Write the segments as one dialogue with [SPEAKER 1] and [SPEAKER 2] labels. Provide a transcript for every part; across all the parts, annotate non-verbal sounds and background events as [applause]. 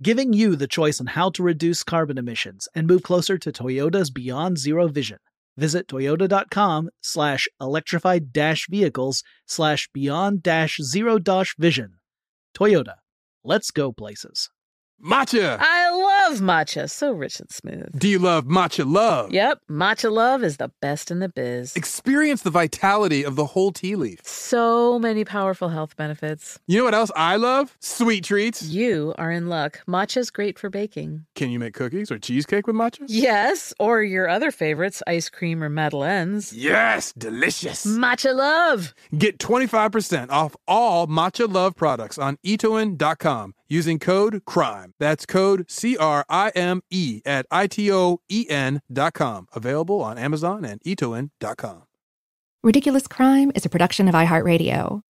[SPEAKER 1] giving you the choice on how to reduce carbon emissions and move closer to Toyota's Beyond Zero vision. Visit toyota.com slash electrified dash vehicles slash beyond dash zero dash vision. Toyota, let's go places.
[SPEAKER 2] Matcha.
[SPEAKER 3] I love matcha. So rich and smooth.
[SPEAKER 2] Do you love matcha love?
[SPEAKER 3] Yep, matcha love is the best in the biz.
[SPEAKER 2] Experience the vitality of the whole tea leaf.
[SPEAKER 3] So many powerful health benefits.
[SPEAKER 2] You know what else I love? Sweet treats.
[SPEAKER 3] You are in luck. Matcha's great for baking.
[SPEAKER 2] Can you make cookies or cheesecake with matcha?
[SPEAKER 3] Yes, or your other favorites, ice cream or madeleines.
[SPEAKER 2] Yes, delicious.
[SPEAKER 3] Matcha love.
[SPEAKER 2] Get 25% off all matcha love products on E itoin.com using code CRIME. That's code C R I M E at I T O E N dot com. Available on Amazon and E itoin.com.
[SPEAKER 4] Ridiculous Crime is a production of iHeartRadio.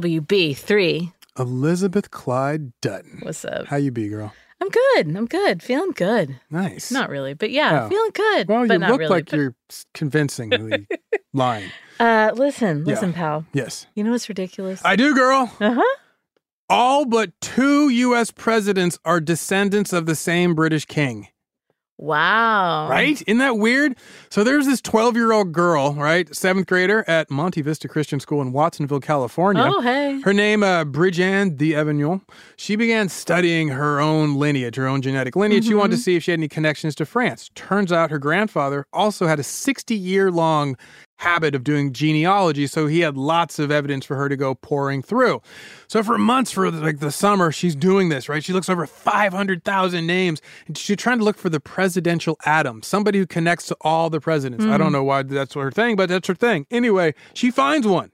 [SPEAKER 3] ZWB3.
[SPEAKER 2] Elizabeth Clyde Dutton.
[SPEAKER 3] What's up?
[SPEAKER 2] How you be, girl?
[SPEAKER 3] I'm good. I'm good. Feeling good.
[SPEAKER 2] Nice.
[SPEAKER 3] Not really, but yeah,
[SPEAKER 2] Oh.
[SPEAKER 3] feeling good.
[SPEAKER 2] Well,
[SPEAKER 3] but
[SPEAKER 2] you
[SPEAKER 3] not
[SPEAKER 2] look
[SPEAKER 3] really.
[SPEAKER 2] like
[SPEAKER 3] but-
[SPEAKER 2] you're s-
[SPEAKER 3] [laughs]
[SPEAKER 2] convincingly lying.
[SPEAKER 3] Uh, listen,
[SPEAKER 2] Yeah.
[SPEAKER 3] listen, pal.
[SPEAKER 2] Yes.
[SPEAKER 3] You know what's ridiculous?
[SPEAKER 2] I do, girl.
[SPEAKER 3] uh huh.
[SPEAKER 2] All but two U.S. presidents are descendants of the same British king.
[SPEAKER 3] Wow.
[SPEAKER 2] Right? Isn't that weird? So there's this 12 year old girl, right? Seventh grader at Monte Vista Christian School in Watsonville, California.
[SPEAKER 3] Oh, hey.
[SPEAKER 2] Her name, uh, Bridgeanne D'Avignon. She began studying her own lineage, her own genetic lineage. She wanted to see if she had any connections to France. Turns out her grandfather also had a 60 year long habit of doing genealogy, so he had lots of evidence for her to go pouring through. So for months, for like the summer, she's doing this, right? She looks over 500,000 names. And she's trying to look for the presidential atom, somebody who connects to all the presidents. I don't know why that's her thing, but that's her thing. Anyway, she finds one.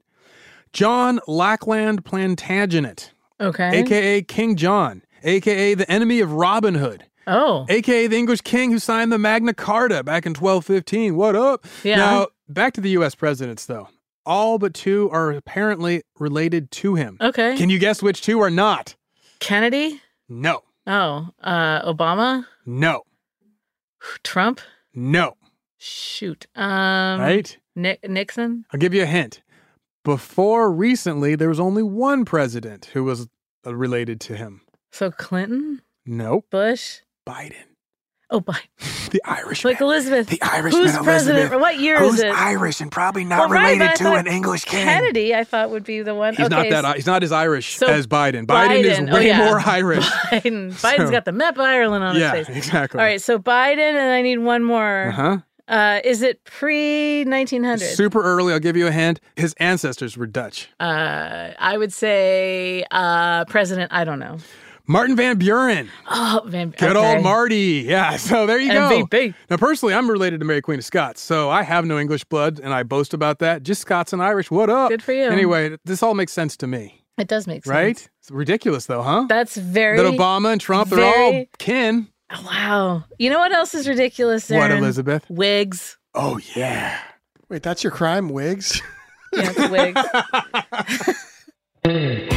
[SPEAKER 2] John Lackland Plantagenet,
[SPEAKER 3] Okay.
[SPEAKER 2] aka King John, aka the enemy of Robin Hood,
[SPEAKER 3] oh.
[SPEAKER 2] aka the English king who signed the Magna Carta back in 1215. What up?
[SPEAKER 3] Yeah.
[SPEAKER 2] Now, back to the US presidents though. All but two are apparently related to him.
[SPEAKER 3] okay.
[SPEAKER 2] Can you guess which two are not?
[SPEAKER 3] Kennedy?
[SPEAKER 2] No.
[SPEAKER 3] Oh, uh, Obama?
[SPEAKER 2] No.
[SPEAKER 3] Trump?
[SPEAKER 2] No.
[SPEAKER 3] Shoot. Um,
[SPEAKER 2] right?
[SPEAKER 3] Ni- Nixon?
[SPEAKER 2] I'll give you a hint. Before recently, there was only one president who was uh, related to him.
[SPEAKER 3] So Clinton?
[SPEAKER 2] Nope.
[SPEAKER 3] Bush?
[SPEAKER 2] Biden.
[SPEAKER 3] Oh, Biden.
[SPEAKER 2] The Irish.
[SPEAKER 3] Like Elizabeth.
[SPEAKER 2] The Irishman,
[SPEAKER 3] Who's president?
[SPEAKER 2] Elizabeth.
[SPEAKER 3] What year
[SPEAKER 2] Who's
[SPEAKER 3] is it?
[SPEAKER 2] Irish and probably
[SPEAKER 3] Well,
[SPEAKER 2] not
[SPEAKER 3] right,
[SPEAKER 2] related
[SPEAKER 3] but I
[SPEAKER 2] to
[SPEAKER 3] thought
[SPEAKER 2] an English king.
[SPEAKER 3] Kennedy, I thought would be the one.
[SPEAKER 2] He's
[SPEAKER 3] okay,
[SPEAKER 2] not that. He's not as Irish
[SPEAKER 3] so
[SPEAKER 2] as Biden. Biden, is
[SPEAKER 3] Biden. Oh,
[SPEAKER 2] way
[SPEAKER 3] yeah.
[SPEAKER 2] more Irish.
[SPEAKER 3] [laughs] [laughs]
[SPEAKER 2] [laughs]
[SPEAKER 3] Biden.
[SPEAKER 2] So-
[SPEAKER 3] Biden's got the map of Ireland on
[SPEAKER 2] yeah,
[SPEAKER 3] his face.
[SPEAKER 2] exactly.
[SPEAKER 3] All right, so Biden, and I need one
[SPEAKER 2] Uh
[SPEAKER 3] more.
[SPEAKER 2] huh.
[SPEAKER 3] Uh, is it pre 1900?
[SPEAKER 2] Super early. I'll give you a hint. His ancestors were Dutch.
[SPEAKER 3] Uh, I would say uh, president. I don't know.
[SPEAKER 2] Martin Van Buren.
[SPEAKER 3] Oh, Van.
[SPEAKER 2] Good
[SPEAKER 3] okay.
[SPEAKER 2] old Marty. Yeah. [laughs] So there you go.
[SPEAKER 3] MVP.
[SPEAKER 2] Now, personally, I'm related to Mary Queen of Scots, so I have no English blood, and I boast about that. Just Scots and Irish. What up?
[SPEAKER 3] Good for you.
[SPEAKER 2] Anyway, this all makes sense to me,
[SPEAKER 3] It does make sense,
[SPEAKER 2] right? It's ridiculous, though, huh?
[SPEAKER 3] That's very
[SPEAKER 2] that Obama and Trump are all
[SPEAKER 3] very-
[SPEAKER 2] kin.
[SPEAKER 3] wow. You know what else is ridiculous?
[SPEAKER 2] What,
[SPEAKER 3] Aaron?
[SPEAKER 2] Elizabeth?
[SPEAKER 3] Wigs.
[SPEAKER 2] Oh yeah.
[SPEAKER 5] Wait, that's your crime, Wigs?
[SPEAKER 3] Yeah, it's
[SPEAKER 2] [laughs]
[SPEAKER 3] wigs.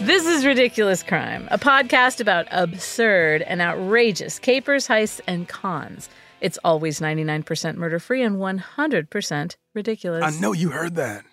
[SPEAKER 3] This is Ridiculous Crime, a podcast about absurd and outrageous capers, heists, and cons. It's always 99% murder free and 100% ridiculous.
[SPEAKER 2] I know you heard that.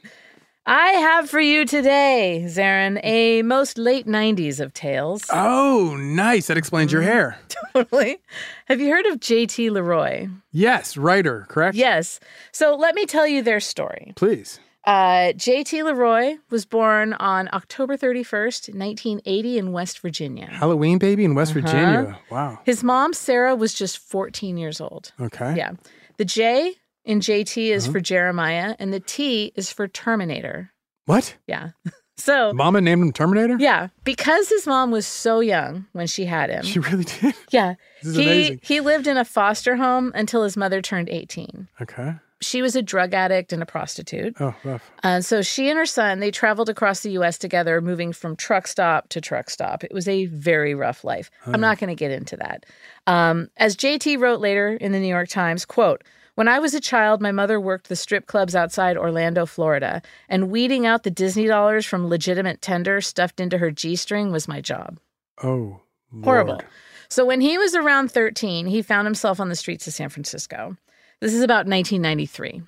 [SPEAKER 3] I have for you today, Zarin, a most late 90s
[SPEAKER 2] [laughs]
[SPEAKER 3] of tales.
[SPEAKER 2] Oh, nice. That explains your hair.
[SPEAKER 3] Totally. Have you heard of J.T. Leroy?
[SPEAKER 2] Yes, writer, correct?
[SPEAKER 3] Yes. So let me tell you their story.
[SPEAKER 2] Please.
[SPEAKER 3] Uh, J.T. Leroy was born on October 31st, 1980, in West Virginia.
[SPEAKER 2] Halloween baby in
[SPEAKER 3] Uh-huh.
[SPEAKER 2] West Virginia. Wow.
[SPEAKER 3] His mom, Sarah, was just 14 years old.
[SPEAKER 2] Okay.
[SPEAKER 3] Yeah. The J in JT is
[SPEAKER 2] Uh-huh.
[SPEAKER 3] for Jeremiah, and the T is for Terminator.
[SPEAKER 2] What?
[SPEAKER 3] Yeah. [laughs] So,
[SPEAKER 2] Mama named him Terminator?
[SPEAKER 3] yeah, because his mom was so young when she had him.
[SPEAKER 2] She really did.
[SPEAKER 3] [laughs] yeah.
[SPEAKER 2] This is
[SPEAKER 3] he
[SPEAKER 2] amazing.
[SPEAKER 3] he lived in a foster home until his mother turned 18.
[SPEAKER 2] Okay.
[SPEAKER 3] She was a drug addict and a prostitute.
[SPEAKER 2] Oh, rough.
[SPEAKER 3] And Uh, so she and her son, they traveled across the US together, moving from truck stop to truck stop. It was a very rough life. I'm not going to get into that. Um, as JT wrote later in the New York Times, quote, when I was a child, my mother worked the strip clubs outside Orlando, Florida, and weeding out the Disney dollars from legitimate tender stuffed into her G string was my job.
[SPEAKER 2] Oh.
[SPEAKER 3] Horrible.
[SPEAKER 2] Lord.
[SPEAKER 3] So when he was around 13, he found himself on the streets of San Francisco. This is about 1993.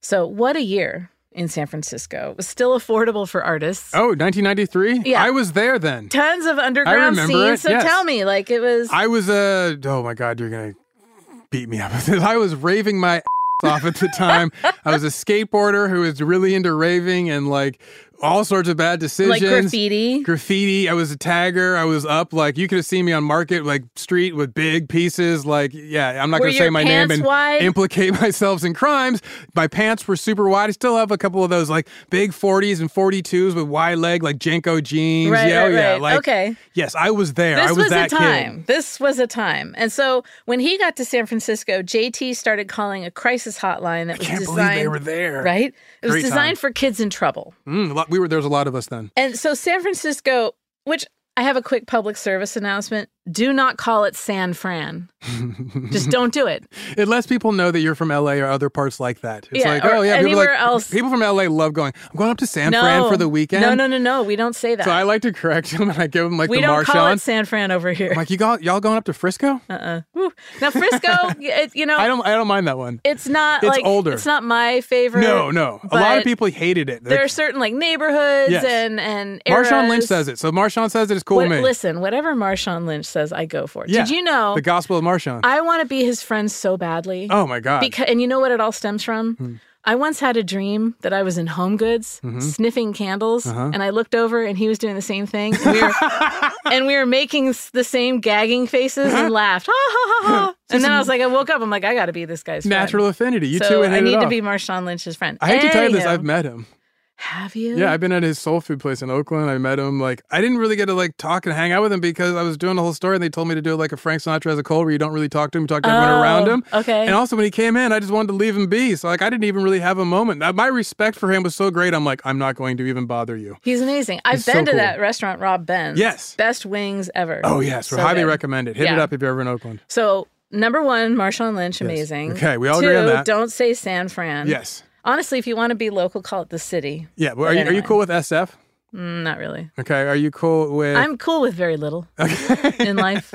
[SPEAKER 3] So what a year in San Francisco. It was still affordable for artists.
[SPEAKER 2] Oh, 1993?
[SPEAKER 3] Yeah.
[SPEAKER 2] I was there then.
[SPEAKER 3] Tons of underground
[SPEAKER 2] remember it,
[SPEAKER 3] scenes. So
[SPEAKER 2] yes.
[SPEAKER 3] tell me, like it was
[SPEAKER 2] I was, uh, oh my God, you're going to beat me up with this. I was raving my [laughs] off at the time. I was a skateboarder who was really into raving and like all sorts of bad decisions.
[SPEAKER 3] like graffiti.
[SPEAKER 2] graffiti. I was a tagger. I was up like you could have seen me on Market like Street with big pieces. Like yeah, I'm not
[SPEAKER 3] Were
[SPEAKER 2] going to say
[SPEAKER 3] your
[SPEAKER 2] my name
[SPEAKER 3] pants
[SPEAKER 2] and
[SPEAKER 3] wide?
[SPEAKER 2] implicate [laughs] myself in crimes. My pants were super wide. I still have a couple of those like big 40s and 42s with wide leg like Jenko jeans.
[SPEAKER 3] Right,
[SPEAKER 2] yeah, oh,
[SPEAKER 3] right,
[SPEAKER 2] yeah.
[SPEAKER 3] right.
[SPEAKER 2] Like
[SPEAKER 3] Okay.
[SPEAKER 2] Yes, I was there.
[SPEAKER 3] This
[SPEAKER 2] I was,
[SPEAKER 3] was, a
[SPEAKER 2] that
[SPEAKER 3] time.
[SPEAKER 2] kid.
[SPEAKER 3] This was a time. And so when he got to San Francisco, JT started calling a crisis hotline that was
[SPEAKER 2] Can't
[SPEAKER 3] designed
[SPEAKER 2] believe they were there.
[SPEAKER 3] right. It was
[SPEAKER 2] Great time.
[SPEAKER 3] designed for kids in trouble.
[SPEAKER 2] Mm, a lot, we were. There's a lot of us then.
[SPEAKER 3] And so San Francisco, which I have a quick public service announcement. Do not call it
[SPEAKER 2] [laughs]
[SPEAKER 3] San Fran. Just don't do it.
[SPEAKER 2] It lets people know that you're from LA or other parts like that. It's
[SPEAKER 3] Yeah,
[SPEAKER 2] like,
[SPEAKER 3] or
[SPEAKER 2] oh yeah, people
[SPEAKER 3] anywhere
[SPEAKER 2] like
[SPEAKER 3] else.
[SPEAKER 2] people from LA love going. I'm going up to San Fran for the weekend.
[SPEAKER 3] No, no, no, no. We don't say that.
[SPEAKER 2] So I like to correct him and I give him like
[SPEAKER 3] we
[SPEAKER 2] the
[SPEAKER 3] don't call it
[SPEAKER 2] Marshawn.
[SPEAKER 3] San Uh-uh. Fran over here.
[SPEAKER 2] I'm like, you got y'all going up to Frisco?
[SPEAKER 3] Woo.
[SPEAKER 2] [laughs]
[SPEAKER 3] Now Frisco, it, you know,
[SPEAKER 2] I don't I don't mind that one.
[SPEAKER 3] it's not
[SPEAKER 2] it's
[SPEAKER 3] like
[SPEAKER 2] older.
[SPEAKER 3] It's not my favorite.
[SPEAKER 2] no, no. A lot
[SPEAKER 3] but
[SPEAKER 2] of people hated it.
[SPEAKER 3] There are certain like neighborhoods
[SPEAKER 2] Yes.
[SPEAKER 3] and and eras.
[SPEAKER 2] Marshawn Lynch says it, so Marshawn says it is cool
[SPEAKER 3] What-
[SPEAKER 2] to me.
[SPEAKER 3] Listen, whatever Marshawn Lynch says, I go for it.
[SPEAKER 2] Yeah.
[SPEAKER 3] Did you know?
[SPEAKER 2] the Gospel of Marshawn?
[SPEAKER 3] I want to be his friend so badly.
[SPEAKER 2] oh my god! Hmm.
[SPEAKER 3] Because, and you know what it all stems from? I once had a dream that I was in Home Goods
[SPEAKER 2] Mm-hmm.
[SPEAKER 3] sniffing candles,
[SPEAKER 2] Uh-huh.
[SPEAKER 3] and I looked over and he was doing the same thing.
[SPEAKER 2] [laughs]
[SPEAKER 3] And we were, and we were making s- the same gagging faces
[SPEAKER 2] Uh-huh.
[SPEAKER 3] and laughed. Ha, ha, ha,
[SPEAKER 2] [laughs]
[SPEAKER 3] ha. And then I was like, I woke up, I'm like, I got to be this guy's
[SPEAKER 2] Natural
[SPEAKER 3] friend.
[SPEAKER 2] affinity. You
[SPEAKER 3] so
[SPEAKER 2] two hit
[SPEAKER 3] I
[SPEAKER 2] it
[SPEAKER 3] need to
[SPEAKER 2] off.
[SPEAKER 3] be Marshawn Lynch's friend.
[SPEAKER 2] I hate to tell you this.
[SPEAKER 3] Anywho.
[SPEAKER 2] I've met him.
[SPEAKER 3] Have you?
[SPEAKER 2] Yeah, I've been at his soul food place in Oakland. I met him. Like, I didn't really get to like talk and hang out with him because I was doing the whole story, and they told me to do like a Frank Sinatra as a cold, where you don't really talk to him, you talk to everyone
[SPEAKER 3] Oh,
[SPEAKER 2] around him.
[SPEAKER 3] okay.
[SPEAKER 2] And also, when he came in, I just wanted to leave him be. So like, I didn't even really have a moment. That- My respect for him was so great. I'm like, I'm not going to even bother you.
[SPEAKER 3] He's amazing. I've
[SPEAKER 2] He's
[SPEAKER 3] been
[SPEAKER 2] so
[SPEAKER 3] to
[SPEAKER 2] cool.
[SPEAKER 3] that restaurant, Rob Ben's.
[SPEAKER 2] Yes.
[SPEAKER 3] Best wings ever.
[SPEAKER 2] Oh yes,
[SPEAKER 3] So
[SPEAKER 2] we highly
[SPEAKER 3] good.
[SPEAKER 2] recommend it. Hit it
[SPEAKER 3] Yeah.
[SPEAKER 2] up if you're ever in Oakland.
[SPEAKER 3] So number one, Marshawn Lynch, amazing.
[SPEAKER 2] Okay, we all
[SPEAKER 3] Two,
[SPEAKER 2] agree on that.
[SPEAKER 3] Don't say San Fran.
[SPEAKER 2] Yes.
[SPEAKER 3] Honestly, if you want to be local, call it the city.
[SPEAKER 2] Yeah. Well, are you, are you
[SPEAKER 3] anyway.
[SPEAKER 2] cool with SF?
[SPEAKER 3] Mm, Not really.
[SPEAKER 2] Okay. Are you cool with?
[SPEAKER 3] I'm cool with very little
[SPEAKER 2] [laughs]
[SPEAKER 3] in life.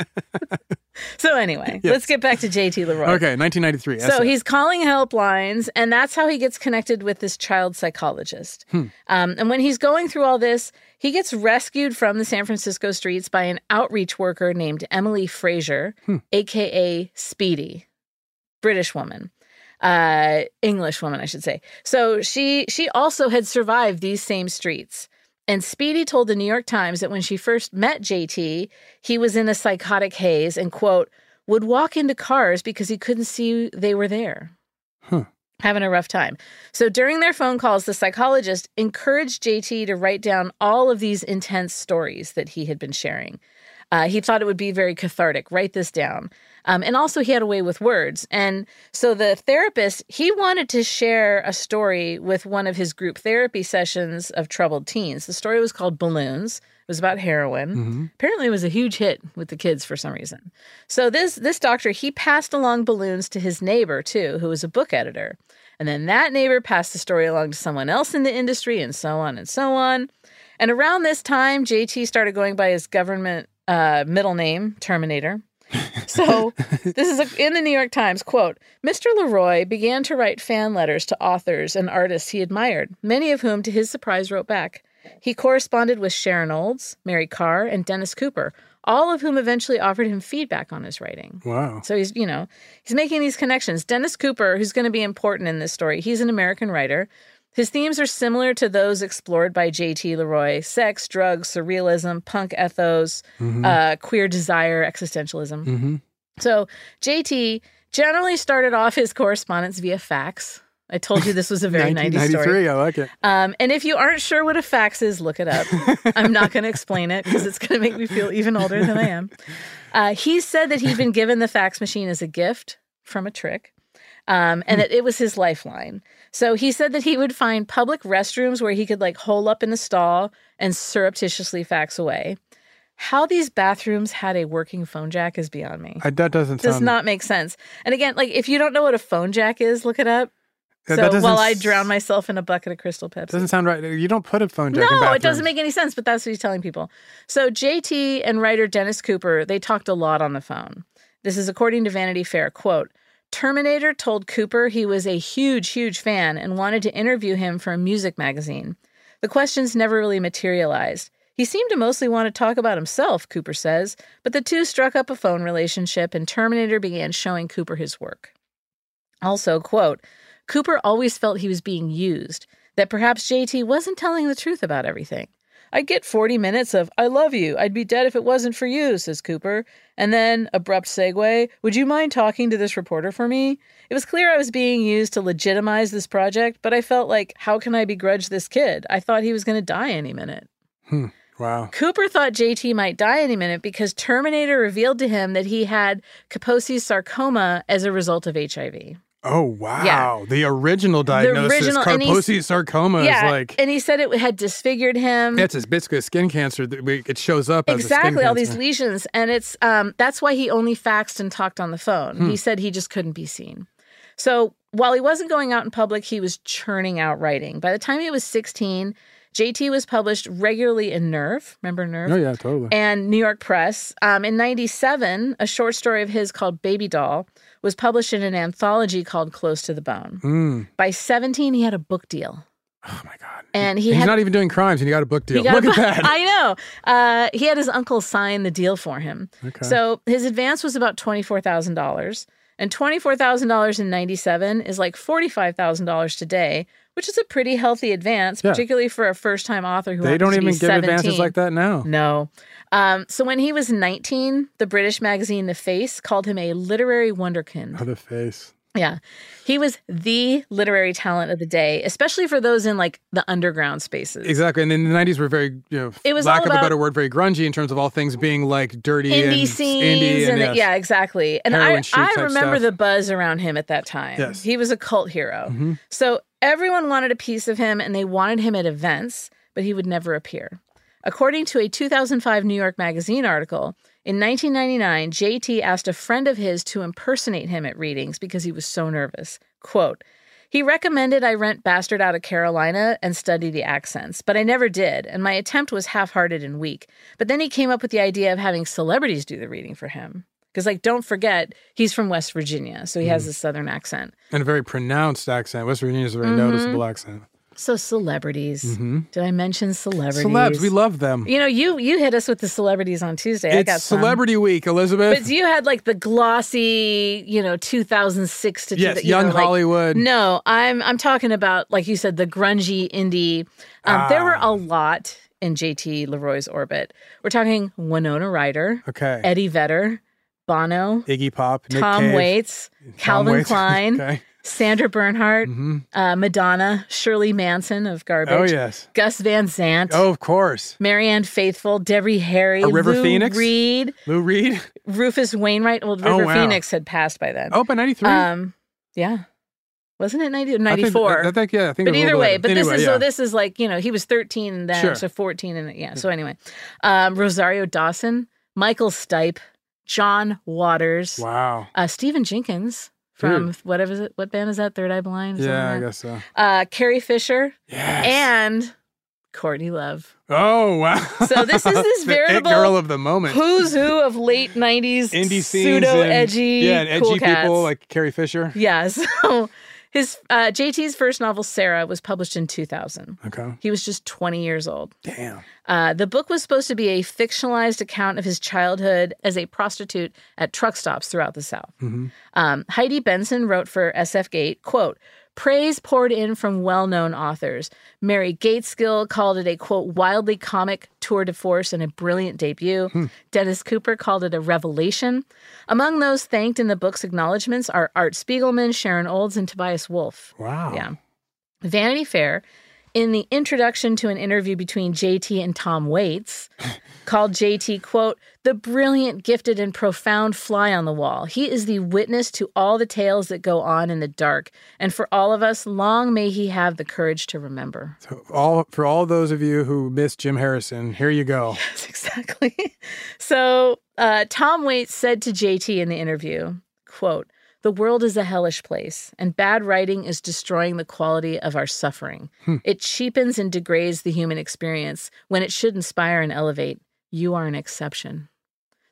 [SPEAKER 3] so anyway, let's get back to JT Leroy.
[SPEAKER 2] okay. 1993.
[SPEAKER 3] So
[SPEAKER 2] SF.
[SPEAKER 3] he's calling helplines, and that's how he gets connected with this child psychologist. Um, and when he's going through all this, he gets rescued from the San Francisco streets by an outreach worker named Emily Fraser, aka Speedy, British woman, uh, English woman, I should say. So she she also had survived these same streets. And Speedy told the New York Times that when she first met JT, he was in a psychotic haze and, quote, would walk into cars because he couldn't see they were there.
[SPEAKER 2] Huh.
[SPEAKER 3] Having a rough time. So during their phone calls, the psychologist encouraged JT to write down all of these intense stories that he had been sharing. Uh, he thought it would be very cathartic. Write this down. Um, and also, he had a way with words. And so the therapist, he wanted to share a story with one of his group therapy sessions of troubled teens. The story was called Balloons. It was about heroin. Apparently, it was a huge hit with the kids for some reason. So this this doctor, he passed along balloons to his neighbor too, who was a book editor. And then that neighbor passed the story along to someone else in the industry and so on and so on. And around this time, JT started going by his government uh, middle name, Terminator. So this is a, in the New York Times quote. Mr. Leroy began to write fan letters to authors and artists he admired, many of whom, to his surprise, wrote back. He corresponded with Sharon Olds, Mary Carr, and Dennis Cooper, all of whom eventually offered him feedback on his writing.
[SPEAKER 2] Wow.
[SPEAKER 3] So he's, you know, he's making these connections. Dennis Cooper, who's going to be important in this story, he's an American writer. His themes are similar to those explored by J.T. Leroy sex, drugs, surrealism, punk ethos, uh, queer desire, existentialism. So JT generally started off his correspondence via fax. I told you this was
[SPEAKER 2] [laughs]
[SPEAKER 3] a very 90s story.
[SPEAKER 2] 1993. I like it.
[SPEAKER 3] Um, and if you aren't sure what a fax is, look it up. I'm not going to explain it because it's going to make me feel even older than I am. Uh, he said that he'd been given the fax machine as a gift from a trick um, and that it was his lifeline. So he said that he would find public restrooms where he could like hole up in a stall and surreptitiously fax away. How these bathrooms had a working phone jack is beyond me.
[SPEAKER 2] I, that doesn't
[SPEAKER 3] Does
[SPEAKER 2] sound.
[SPEAKER 3] not make sense. And again, like if you don't know what a phone jack is, look it up.
[SPEAKER 2] Yeah, that
[SPEAKER 3] so
[SPEAKER 2] doesn't
[SPEAKER 3] while I
[SPEAKER 2] s-
[SPEAKER 3] drown myself in a bucket of Crystal Pepsi.
[SPEAKER 2] doesn't sound right. You don't put a phone jack. in
[SPEAKER 3] No, it
[SPEAKER 2] bathrooms.
[SPEAKER 3] doesn't make any sense, but that's what he's telling people. So JT and writer Dennis Cooper, they talked a lot on the phone. This is according to Vanity Fair, quote, Terminator told Cooper he was a huge, huge fan and wanted to interview him for a music magazine. The questions never really materialized. He seemed to mostly want to talk about himself, Cooper says, but the two struck up a phone relationship and Terminator began showing Cooper his work. Also, quote, Cooper always felt he was being used, that perhaps JT wasn't telling the truth about everything. I'd get 40 minutes of, I love you, I'd be dead if it wasn't for you, says Cooper. And then, abrupt segue, would you mind talking to this reporter for me? It was clear I was being used to legitimize this project, but I felt like, how can I begrudge this kid? I thought he was going to die any minute.
[SPEAKER 2] Wow.
[SPEAKER 3] Cooper thought JT might die any minute because Terminator revealed to him that he had Kaposi's sarcoma as a result of HIV.
[SPEAKER 2] Oh wow. The original diagnosis,
[SPEAKER 3] original- and he's-
[SPEAKER 2] Kaposi sarcoma, is like
[SPEAKER 3] and he said it had disfigured him.
[SPEAKER 2] That's his basically skin cancer. That we, it shows up as a skin
[SPEAKER 3] exactly all these
[SPEAKER 2] cancer.
[SPEAKER 3] lesions, and it's um, that's why he only faxed and talked on the phone.
[SPEAKER 2] Hmm.
[SPEAKER 3] He said he just couldn't be seen. So while he wasn't going out in public, he was churning out writing. By the time he was sixteen, JT was published regularly in Nerve. Remember Nerve?
[SPEAKER 2] Oh yeah, totally.
[SPEAKER 3] and New York Press. Um, in 97, a short story of his called Baby Doll was published in an anthology called Close to the Bone. By 17, he had a book deal.
[SPEAKER 2] Hmm. oh my god.
[SPEAKER 3] And he
[SPEAKER 2] He's
[SPEAKER 3] had,
[SPEAKER 2] not even doing crimes, and he got a book deal.
[SPEAKER 3] he got
[SPEAKER 2] Look
[SPEAKER 3] a
[SPEAKER 2] at that.
[SPEAKER 3] book- [laughs] I know. Uh, he had his uncle sign the deal for him.
[SPEAKER 2] Okay.
[SPEAKER 3] So his advance was about $24,000. And $24,000 in 97 is like $45,000 today, which is a pretty healthy advance,
[SPEAKER 2] Yeah.
[SPEAKER 3] particularly for a first time author
[SPEAKER 2] [laughs]
[SPEAKER 3] who
[SPEAKER 2] they don't even give advances
[SPEAKER 3] that.
[SPEAKER 2] like that now.
[SPEAKER 3] No. Um, so when he was 19, the British magazine The Face called him a literary wonderkind.
[SPEAKER 2] Oh, the face.
[SPEAKER 3] Yeah. He was the literary talent of the day, especially for those in like the underground spaces.
[SPEAKER 2] Exactly. And then the nineties were very you know
[SPEAKER 3] It was
[SPEAKER 2] lack
[SPEAKER 3] all
[SPEAKER 2] of a better
[SPEAKER 3] about-
[SPEAKER 2] word, very grungy in terms of all things being like dirty and
[SPEAKER 3] Indie scenes
[SPEAKER 2] indie
[SPEAKER 3] and,
[SPEAKER 2] yes.
[SPEAKER 3] yeah, exactly. And
[SPEAKER 2] Heroin
[SPEAKER 3] I,
[SPEAKER 2] chic
[SPEAKER 3] I
[SPEAKER 2] type
[SPEAKER 3] remember
[SPEAKER 2] stuff.
[SPEAKER 3] the buzz around him at that time.
[SPEAKER 2] Yes. Mm-hmm.
[SPEAKER 3] He was a cult hero. So everyone wanted a piece of him and they wanted him at events, but he would never appear. According to a 2005 New York Magazine article, in 1999, JT asked a friend of his to impersonate him at readings because he was so nervous. Quote, he recommended I rent Bastard Out of Carolina and study the accents, but I never did, and my attempt was half hearted and weak. But then he came up with the idea of having celebrities do the reading for him. Because, like, don't forget, he's from West Virginia, so he
[SPEAKER 2] Mm.
[SPEAKER 3] has a southern accent.
[SPEAKER 2] And a very pronounced accent. West Virginia is a very
[SPEAKER 3] Mm-hmm.
[SPEAKER 2] noticeable accent.
[SPEAKER 3] So, celebrities. Did I mention celebrities?
[SPEAKER 2] Mm-hmm. Celebs, we love them.
[SPEAKER 3] You know, you you hit us with the celebrities on Tuesday. I got
[SPEAKER 2] it's
[SPEAKER 3] some.
[SPEAKER 2] celebrity week, Elizabeth.
[SPEAKER 3] But you had like the glossy, you know, 2006 to
[SPEAKER 2] Yes,
[SPEAKER 3] 2000
[SPEAKER 2] young
[SPEAKER 3] you know, like-
[SPEAKER 2] Hollywood.
[SPEAKER 3] no, I'm I'm talking about like you said the grungy indie. Um, There were a
[SPEAKER 2] Ah.
[SPEAKER 3] lot in JT Leroy's orbit. We're talking Winona Ryder,
[SPEAKER 2] okay.
[SPEAKER 3] Eddie Vedder, Bono,
[SPEAKER 2] Iggy Pop, Nick
[SPEAKER 3] Tom
[SPEAKER 2] Cave,
[SPEAKER 3] Waits,
[SPEAKER 2] Tom
[SPEAKER 3] Calvin
[SPEAKER 2] Waits. [laughs]
[SPEAKER 3] Klein,
[SPEAKER 2] okay. Mm-hmm.
[SPEAKER 3] Sandra Bernhardt, uh, Madonna, Shirley Manson of Garbage,
[SPEAKER 2] Oh yes.
[SPEAKER 3] Gus Van Sant.
[SPEAKER 2] Oh, of course.
[SPEAKER 3] Marianne Faithful, Debbie Harry,
[SPEAKER 2] A River
[SPEAKER 3] Lou
[SPEAKER 2] Phoenix?
[SPEAKER 3] Reed,
[SPEAKER 2] Lou Reed. [laughs]
[SPEAKER 3] Rufus Wainwright. Well, River
[SPEAKER 2] Oh, wow.
[SPEAKER 3] Phoenix had passed by then.
[SPEAKER 2] Oh, by '93.
[SPEAKER 3] Um, yeah, wasn't it 90,
[SPEAKER 2] I think-
[SPEAKER 3] 94?
[SPEAKER 2] I, I think yeah. I think. it
[SPEAKER 3] but
[SPEAKER 2] was a
[SPEAKER 3] either
[SPEAKER 2] little
[SPEAKER 3] way,
[SPEAKER 2] later.
[SPEAKER 3] but
[SPEAKER 2] Anyway,
[SPEAKER 3] this is
[SPEAKER 2] yeah.
[SPEAKER 3] so. This is like you know he was 13 then,
[SPEAKER 2] Sure.
[SPEAKER 3] so 14 and yeah. So anyway, um, Rosario Dawson, Michael Stipe, John Waters,
[SPEAKER 2] Wow.
[SPEAKER 3] uh, Stephen Jenkins from whatever is it? What band is that? Third Eye Blind. or something
[SPEAKER 2] Yeah, I
[SPEAKER 3] like
[SPEAKER 2] guess so.
[SPEAKER 3] that? Uh, Carrie Fisher
[SPEAKER 2] Yes.
[SPEAKER 3] and Courtney Love.
[SPEAKER 2] Oh wow!
[SPEAKER 3] [laughs] So
[SPEAKER 2] [laughs]
[SPEAKER 3] this is this
[SPEAKER 2] The it
[SPEAKER 3] veritable
[SPEAKER 2] girl of the moment.
[SPEAKER 3] Who's who of late 90s
[SPEAKER 2] Indie scenes
[SPEAKER 3] pseudo
[SPEAKER 2] and-
[SPEAKER 3] edgy
[SPEAKER 2] yeah, and edgy
[SPEAKER 3] cool
[SPEAKER 2] people
[SPEAKER 3] cats.
[SPEAKER 2] like Carrie Fisher.
[SPEAKER 3] Yeah, [laughs] so his uh, JT's first novel Sarah was published in 2000.
[SPEAKER 2] Okay,
[SPEAKER 3] He was just 20 years old.
[SPEAKER 2] damn.
[SPEAKER 3] Uh, the book was supposed to be a fictionalized account of his childhood as a prostitute at truck stops throughout the South. Um, Heidi Benson wrote for SF Gate, quote, Praise poured in from well known authors. Mary Gateskill called it a, quote, wildly comic tour de force and a brilliant debut. Dennis Cooper called it a revelation. Among those thanked in the book's acknowledgments are Art Spiegelman, Sharon Olds, and Tobias Wolff.
[SPEAKER 2] Wow.
[SPEAKER 3] Yeah. Vanity Fair, in the introduction to an interview between JT and Tom Waits, called JT, quote, the brilliant, gifted, and profound fly on the wall. He is the witness to all the tales that go on in the dark. And for all of us, long may he have the courage to remember.
[SPEAKER 2] So all for all those of you who miss Jim Harrison, here you
[SPEAKER 3] [laughs]
[SPEAKER 2] go.
[SPEAKER 3] Yes, exactly. So uh, Tom Waits said to JT in the interview, quote, the world is a hellish place, and bad writing is destroying the quality of our suffering.
[SPEAKER 2] Hmm.
[SPEAKER 3] It cheapens and degrades the human experience when it should inspire and elevate. You are an exception.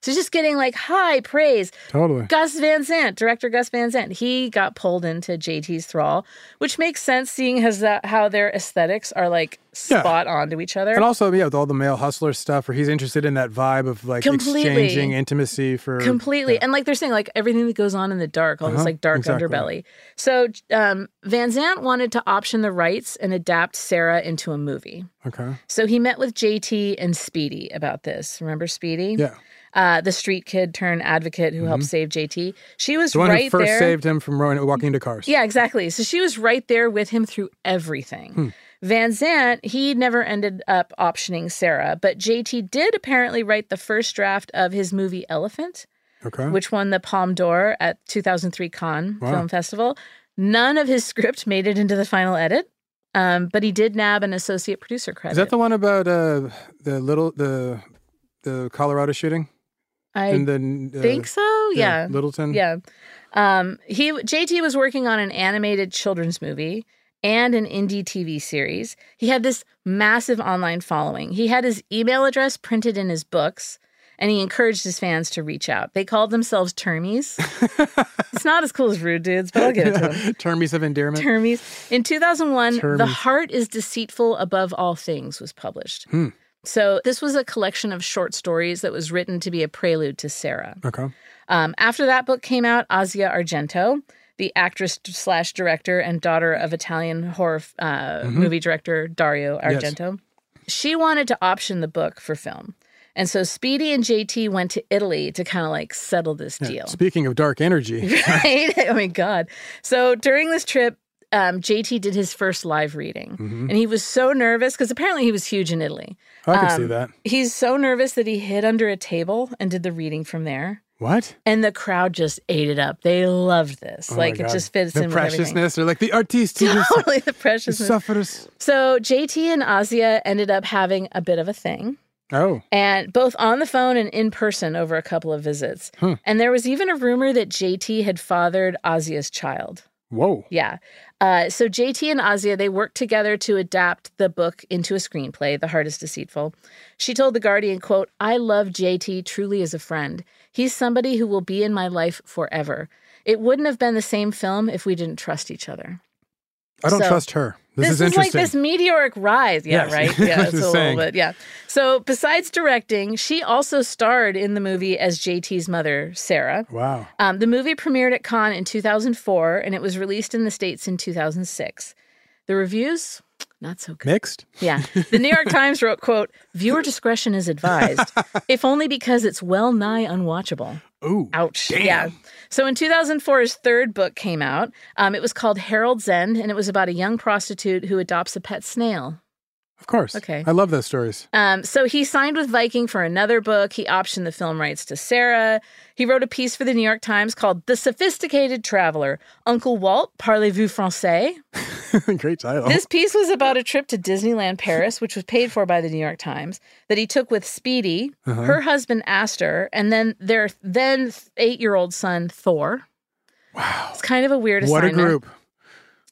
[SPEAKER 3] So just getting like high praise.
[SPEAKER 2] Totally.
[SPEAKER 3] Gus Van Sant, director Gus Van Sant, he got pulled into JT's thrall, which makes sense seeing as that how their aesthetics are like
[SPEAKER 2] Yeah.
[SPEAKER 3] spot on to each other.
[SPEAKER 2] And also, yeah, with all the male hustler stuff, where he's interested in that vibe of like
[SPEAKER 3] Completely.
[SPEAKER 2] exchanging intimacy for
[SPEAKER 3] completely
[SPEAKER 2] yeah.
[SPEAKER 3] and like they're saying like everything that goes on in the dark all this
[SPEAKER 2] Uh-huh,
[SPEAKER 3] like dark
[SPEAKER 2] exactly.
[SPEAKER 3] underbelly so um, van zant wanted to option the rights and adapt sarah into a movie
[SPEAKER 2] okay,
[SPEAKER 3] so he met with jt and speedy about this remember speedy
[SPEAKER 2] yeah. Mm-hmm.
[SPEAKER 3] uh, the street kid turned advocate who helped save jt she was
[SPEAKER 2] The one
[SPEAKER 3] right
[SPEAKER 2] who first
[SPEAKER 3] there
[SPEAKER 2] saved him from rowing, walking into cars.
[SPEAKER 3] yeah, exactly. So she was right there with him through everything.
[SPEAKER 2] Hmm.
[SPEAKER 3] Van Zant, he never ended up optioning Sarah, but JT did apparently write the first draft of his movie Elephant,
[SPEAKER 2] Okay.
[SPEAKER 3] which won the Palme d'Or at 2003 Cannes
[SPEAKER 2] Wow.
[SPEAKER 3] Film Festival. None of his [laughs] script made it into the final edit, um, but he did nab an associate producer credit.
[SPEAKER 2] is that the one about uh, the little the the Colorado shooting
[SPEAKER 3] I
[SPEAKER 2] and then uh,
[SPEAKER 3] think so. Yeah.
[SPEAKER 2] Littleton. [laughs]
[SPEAKER 3] Yeah. Um, he JT was working on an animated children's movie and an indie TV series. He had this massive online following. He had his email address printed in his books. And he encouraged his fans to reach out. They called
[SPEAKER 2] [laughs]
[SPEAKER 3] themselves Termies. it's not as cool as Rude Dudes, but I'll give it to them.
[SPEAKER 2] Termies of
[SPEAKER 3] [laughs]
[SPEAKER 2] endearment.
[SPEAKER 3] Termies. In 2001, The
[SPEAKER 2] Termies.
[SPEAKER 3] Heart is Deceitful Above All Things was published. So, this was a collection of short stories that was written to be a prelude to Sarah.
[SPEAKER 2] okay.
[SPEAKER 3] Um, after that book came out, Azia Argento, the actress slash director and daughter of Italian horror uh, movie director Dario
[SPEAKER 2] Yes.
[SPEAKER 3] Argento, she wanted to option the book for film. And so Speedy and JT went to Italy to kind of like settle this deal.
[SPEAKER 2] Speaking of dark
[SPEAKER 3] [laughs]
[SPEAKER 2] energy, [laughs]
[SPEAKER 3] Right? oh my God. So during this trip, um, JT did his first live reading
[SPEAKER 2] Mm-hmm.
[SPEAKER 3] and he was so nervous because apparently he was huge in Italy.
[SPEAKER 2] I can see
[SPEAKER 3] Um,
[SPEAKER 2] that.
[SPEAKER 3] He's so nervous that he hid under a table and did the reading from there.
[SPEAKER 2] What?
[SPEAKER 3] And the crowd just ate it up. They loved this.
[SPEAKER 2] Oh my
[SPEAKER 3] like it
[SPEAKER 2] God.
[SPEAKER 3] just fits
[SPEAKER 2] the
[SPEAKER 3] in with
[SPEAKER 2] preciousness, or like the artiste who
[SPEAKER 3] [laughs] everything. [laughs] Totally the preciousness.
[SPEAKER 2] suffers.
[SPEAKER 3] so JT and Azia ended up having a bit of a thing.
[SPEAKER 2] Oh,
[SPEAKER 3] And both on the phone and in person over a couple of visits.
[SPEAKER 2] Hmm.
[SPEAKER 3] And there was even a rumor that JT had fathered Azia's child.
[SPEAKER 2] whoa.
[SPEAKER 3] Yeah. Uh, so JT and Azia, they worked together to adapt the book into a screenplay, The Heart is Deceitful. She told The Guardian, quote, I love JT truly as a friend. He's somebody who will be in my life forever. It wouldn't have been the same film if we didn't trust each other.
[SPEAKER 2] I don't
[SPEAKER 3] So-
[SPEAKER 2] trust her. This, is
[SPEAKER 3] like
[SPEAKER 2] interesting.
[SPEAKER 3] this meteoric rise. Yeah,
[SPEAKER 2] Yes. [laughs]
[SPEAKER 3] right? Yeah,
[SPEAKER 2] I was
[SPEAKER 3] that's a
[SPEAKER 2] just
[SPEAKER 3] little
[SPEAKER 2] saying.
[SPEAKER 3] bit. Yeah. So besides directing, she also starred in the movie as JT's mother, Sarah.
[SPEAKER 2] wow.
[SPEAKER 3] Um, the movie premiered at Cannes in 2004 and it was released in the States in 2006. The reviews, not so good.
[SPEAKER 2] Mixed.
[SPEAKER 3] Yeah. The New York Times wrote, quote, viewer discretion is advised, if only because it's well nigh unwatchable.
[SPEAKER 2] Ooh.
[SPEAKER 3] Ouch. Yeah. So in 2004, his third book came out. Um, it was called Harold's End and it was about a young prostitute who adopts a pet snail.
[SPEAKER 2] Of course.
[SPEAKER 3] Okay.
[SPEAKER 2] I love those stories. [laughs]
[SPEAKER 3] Um, so he signed with Viking for another book. He optioned the film rights to Sarah. He wrote a piece for the New York Times called The Sophisticated Traveler Uncle Walt, Parlez-vous Francais?
[SPEAKER 2] Great title.
[SPEAKER 3] This piece was about a trip to Disneyland Paris, which was paid for by the New York Times, that he took with Speedy, her husband Astor, and then their then eight year old son Thor. Wow. It's kind of a weird
[SPEAKER 2] what a
[SPEAKER 3] assignment.
[SPEAKER 2] group.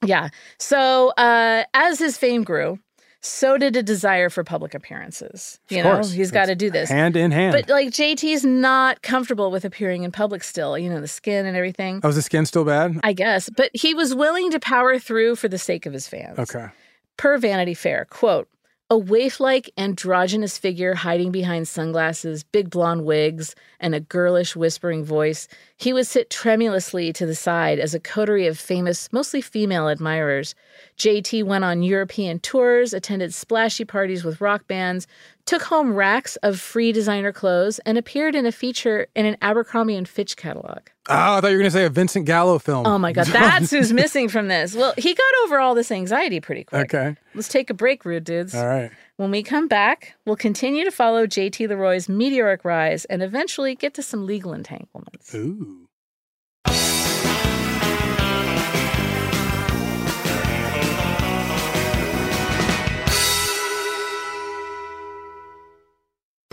[SPEAKER 3] Yeah. So uh, as his fame grew, so did a desire for public appearances. You know,
[SPEAKER 2] course.
[SPEAKER 3] he's got to do this.
[SPEAKER 2] Hand in hand.
[SPEAKER 3] But like JT's not comfortable with appearing in public still, you know, the skin and everything.
[SPEAKER 2] oh, is the skin still bad?
[SPEAKER 3] I guess, but he was willing to power through for the sake of his fans.
[SPEAKER 2] Okay.
[SPEAKER 3] Per Vanity Fair, quote, a waif like androgynous figure hiding behind sunglasses, big blonde wigs, and a girlish whispering voice, he would sit tremulously to the side as a coterie of famous, mostly female admirers. JT went on European tours, attended splashy parties with rock bands, took home racks of free designer clothes, and appeared in a feature in an Abercrombie and Fitch catalog.
[SPEAKER 2] Oh, I thought you were going to say a Vincent Gallo film. [laughs]
[SPEAKER 3] Oh my God, that's who's missing from this. Well, he got over all this anxiety pretty quick.
[SPEAKER 2] Okay.
[SPEAKER 3] Let's take a break, rude dudes.
[SPEAKER 2] All right.
[SPEAKER 3] When we come back, we'll continue to follow JT Leroy's meteoric rise and eventually get to some legal entanglements.
[SPEAKER 2] Ooh.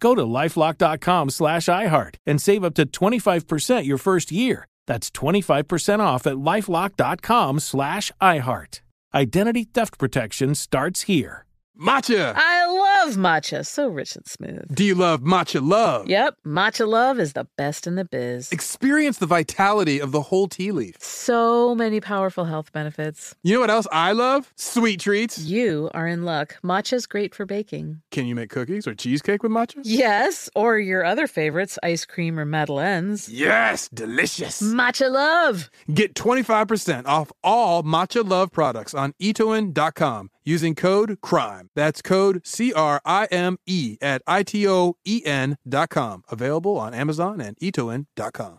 [SPEAKER 6] Go to lifelock.com slash iHeart and save up to 25% your first year. That's 25% off at lifelock.com slash iHeart. Identity theft protection starts here.
[SPEAKER 2] Matcha.
[SPEAKER 3] I love matcha, so rich and smooth.
[SPEAKER 2] Do you love matcha love?
[SPEAKER 3] Yep, matcha love is the best in the biz.
[SPEAKER 2] Experience the vitality of the whole tea leaf.
[SPEAKER 3] So many powerful health benefits.
[SPEAKER 2] You know what else I love? Sweet treats.
[SPEAKER 3] You are in luck. Matcha's great for baking.
[SPEAKER 2] Can you make cookies or cheesecake with matcha?
[SPEAKER 3] Yes, or your other favorites, ice cream or madeleines.
[SPEAKER 2] Yes, delicious.
[SPEAKER 3] Matcha love.
[SPEAKER 2] Get 25% off all Matcha Love products on E itoen.com using code CRIME. That's code C R I M E at I T O E N dot com. Available on Amazon and E itoen.com.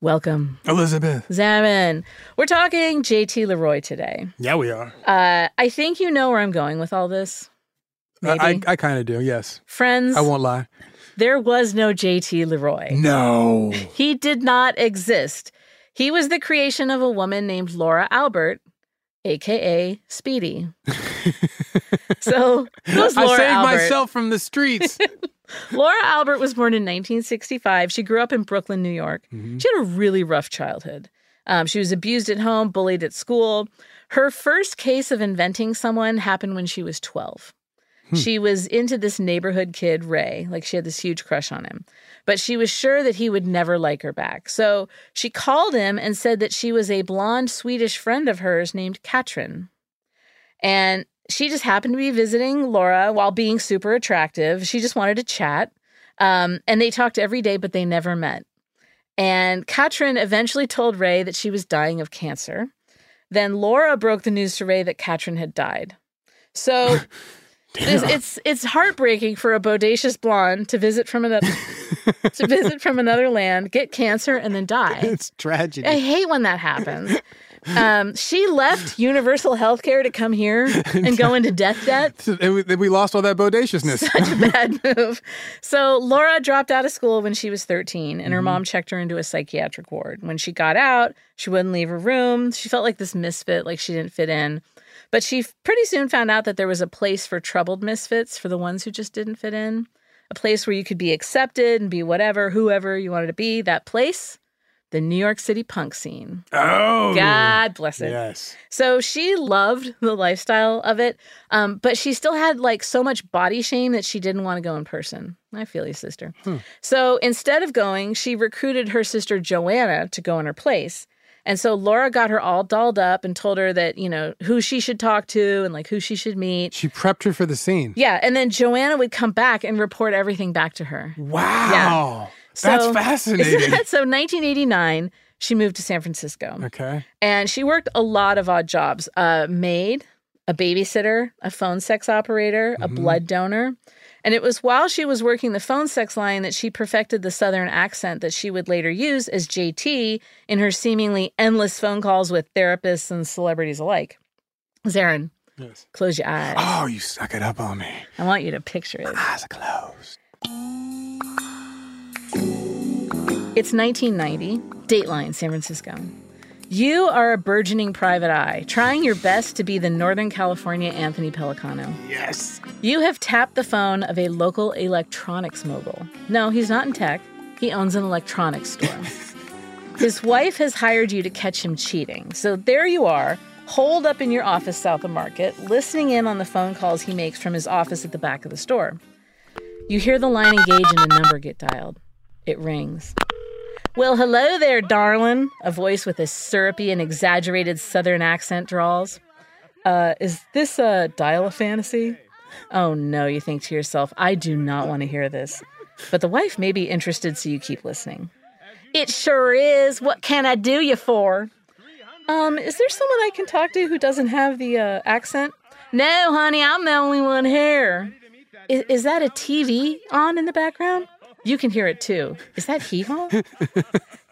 [SPEAKER 3] Welcome,
[SPEAKER 2] Elizabeth.
[SPEAKER 3] Zaman. We're talking JT Leroy today.
[SPEAKER 2] Yeah, we are.
[SPEAKER 3] Uh, I think you know where I'm going with all this. Maybe.
[SPEAKER 2] Uh, I, I, I kind of do, yes.
[SPEAKER 3] Friends,
[SPEAKER 2] I Mm. won't lie.
[SPEAKER 3] there was no JT Leroy.
[SPEAKER 2] No.
[SPEAKER 3] He did not exist. He was the creation of a woman named Laura Albert, aka
[SPEAKER 2] [laughs]
[SPEAKER 3] Speedy. so, who's Laura
[SPEAKER 2] I saved
[SPEAKER 3] Albert?
[SPEAKER 2] myself from the streets.
[SPEAKER 3] Laura Albert was born in 1965. She grew up in Brooklyn, New York. She had a really rough childhood. Um, she was abused at home, bullied at school. Her first case of inventing someone happened when she was 12. She was into this neighborhood kid, Ray. Like she had this huge crush on him, but she was sure that he would never like her back. So she called him and said that she was a blonde Swedish friend of hers named Katrin. And she just happened to be visiting Laura while being super attractive. She just wanted to chat. Um, and they talked every day, but they never met. And Katrin eventually told Ray that she was dying of cancer. Then Laura broke the news to Ray that Katrin had died. So it's, it's it's heartbreaking for a bodacious blonde to visit from another to visit from another land, get cancer, and then die.
[SPEAKER 5] It's tragedy.
[SPEAKER 3] I hate when that happens. Um, she left universal healthcare to come here and go into death debt.
[SPEAKER 2] and we, we lost all that bodaciousness.
[SPEAKER 3] Such a bad move. So Laura dropped out of school when she was 13 and her mom checked her into a psychiatric ward. When she got out, she wouldn't leave her room. She felt like this misfit, like she didn't fit in. But she f- pretty soon found out that there was a place for troubled misfits, for the ones who just didn't fit in, a place where you could be accepted and be whatever, whoever you wanted to be. That place, the New York City punk scene.
[SPEAKER 2] Oh,
[SPEAKER 3] God bless it.
[SPEAKER 2] Yes.
[SPEAKER 3] So she loved the lifestyle of it, um, but she still had like so much body shame that she didn't want to go in person. I feel you, sister.
[SPEAKER 2] Hmm.
[SPEAKER 3] So instead of going, she recruited her sister Joanna to go in her place. And so Laura got her all dolled up and told her that, you know, who she should talk to and like who she should meet.
[SPEAKER 2] She prepped her for the scene.
[SPEAKER 3] Yeah. And then Joanna would come back and report everything back to her.
[SPEAKER 2] Wow. That's
[SPEAKER 3] So- [laughs]
[SPEAKER 2] fascinating.
[SPEAKER 3] so 1989, she moved to San Francisco.
[SPEAKER 2] okay.
[SPEAKER 3] And she worked a lot of odd jobs a maid, a babysitter, a phone sex operator, a blood donor. And it was while she was working the phone sex line that she perfected the Southern accent that she would later use as JT in her seemingly endless phone calls with therapists and celebrities alike. Zarin,
[SPEAKER 2] Yes.
[SPEAKER 3] close your eyes.
[SPEAKER 2] Oh, you suck it up on me.
[SPEAKER 3] I want you to picture it.
[SPEAKER 2] Eyes are
[SPEAKER 3] [laughs]
[SPEAKER 2] closed.
[SPEAKER 3] It's 1990, Dateline, San Francisco. You are a burgeoning private eye, trying your best to be the Northern California Anthony Pelicano.
[SPEAKER 2] Yes.
[SPEAKER 3] You have tapped the phone of a local electronics mogul. No, he's not in tech. He owns an electronics store. His wife has hired you to catch him cheating. So there you are, holed up in your office south of Market, listening in on the phone calls he makes from his office at the back of the store. You hear the line engage and a number get dialed. It rings. Well, hello there, darling, a voice with a syrupy and exaggerated southern accent drawls. Uh, is this a dial a fantasy? Oh no, you think to yourself, I do not want to hear this. But the wife may be interested, so you keep listening. It sure is. What can I do you for? Um, is there someone I can talk to who doesn't have the uh, accent? No, honey, I'm the only one here. Is, is that a TV on in the background? You can hear it too. Is that hee haw?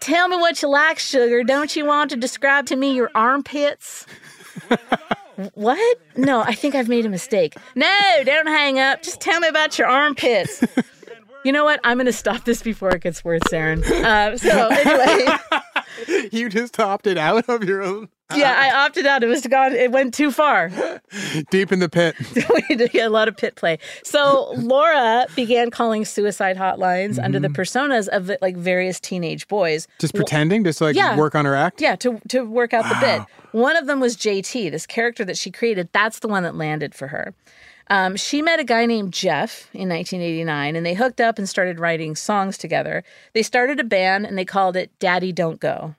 [SPEAKER 3] Tell me what you like, sugar. Don't you want to describe to me your armpits? What? No, I think I've made a mistake. No, don't hang up. Just tell me about your armpits. You know what? I'm going to stop this before it gets worse, Aaron. Uh, so, anyway,
[SPEAKER 2] You just opted out of your own
[SPEAKER 3] yeah, I opted out. It was gone. It went too far. [laughs]
[SPEAKER 2] deep in the pit.
[SPEAKER 3] we did get a lot of pit play. So Laura began calling suicide hotlines under the personas of like various teenage boys. [laughs]
[SPEAKER 2] Just pretending, just like
[SPEAKER 3] Yeah.
[SPEAKER 2] work on her act.
[SPEAKER 3] Yeah, to to work out the bit. One of them was JT, this character that she created. That's the one that landed for her. Um, she met a guy named Jeff in 1989, and they hooked up and started writing songs together. They started a band, and they called it Daddy Don't Go,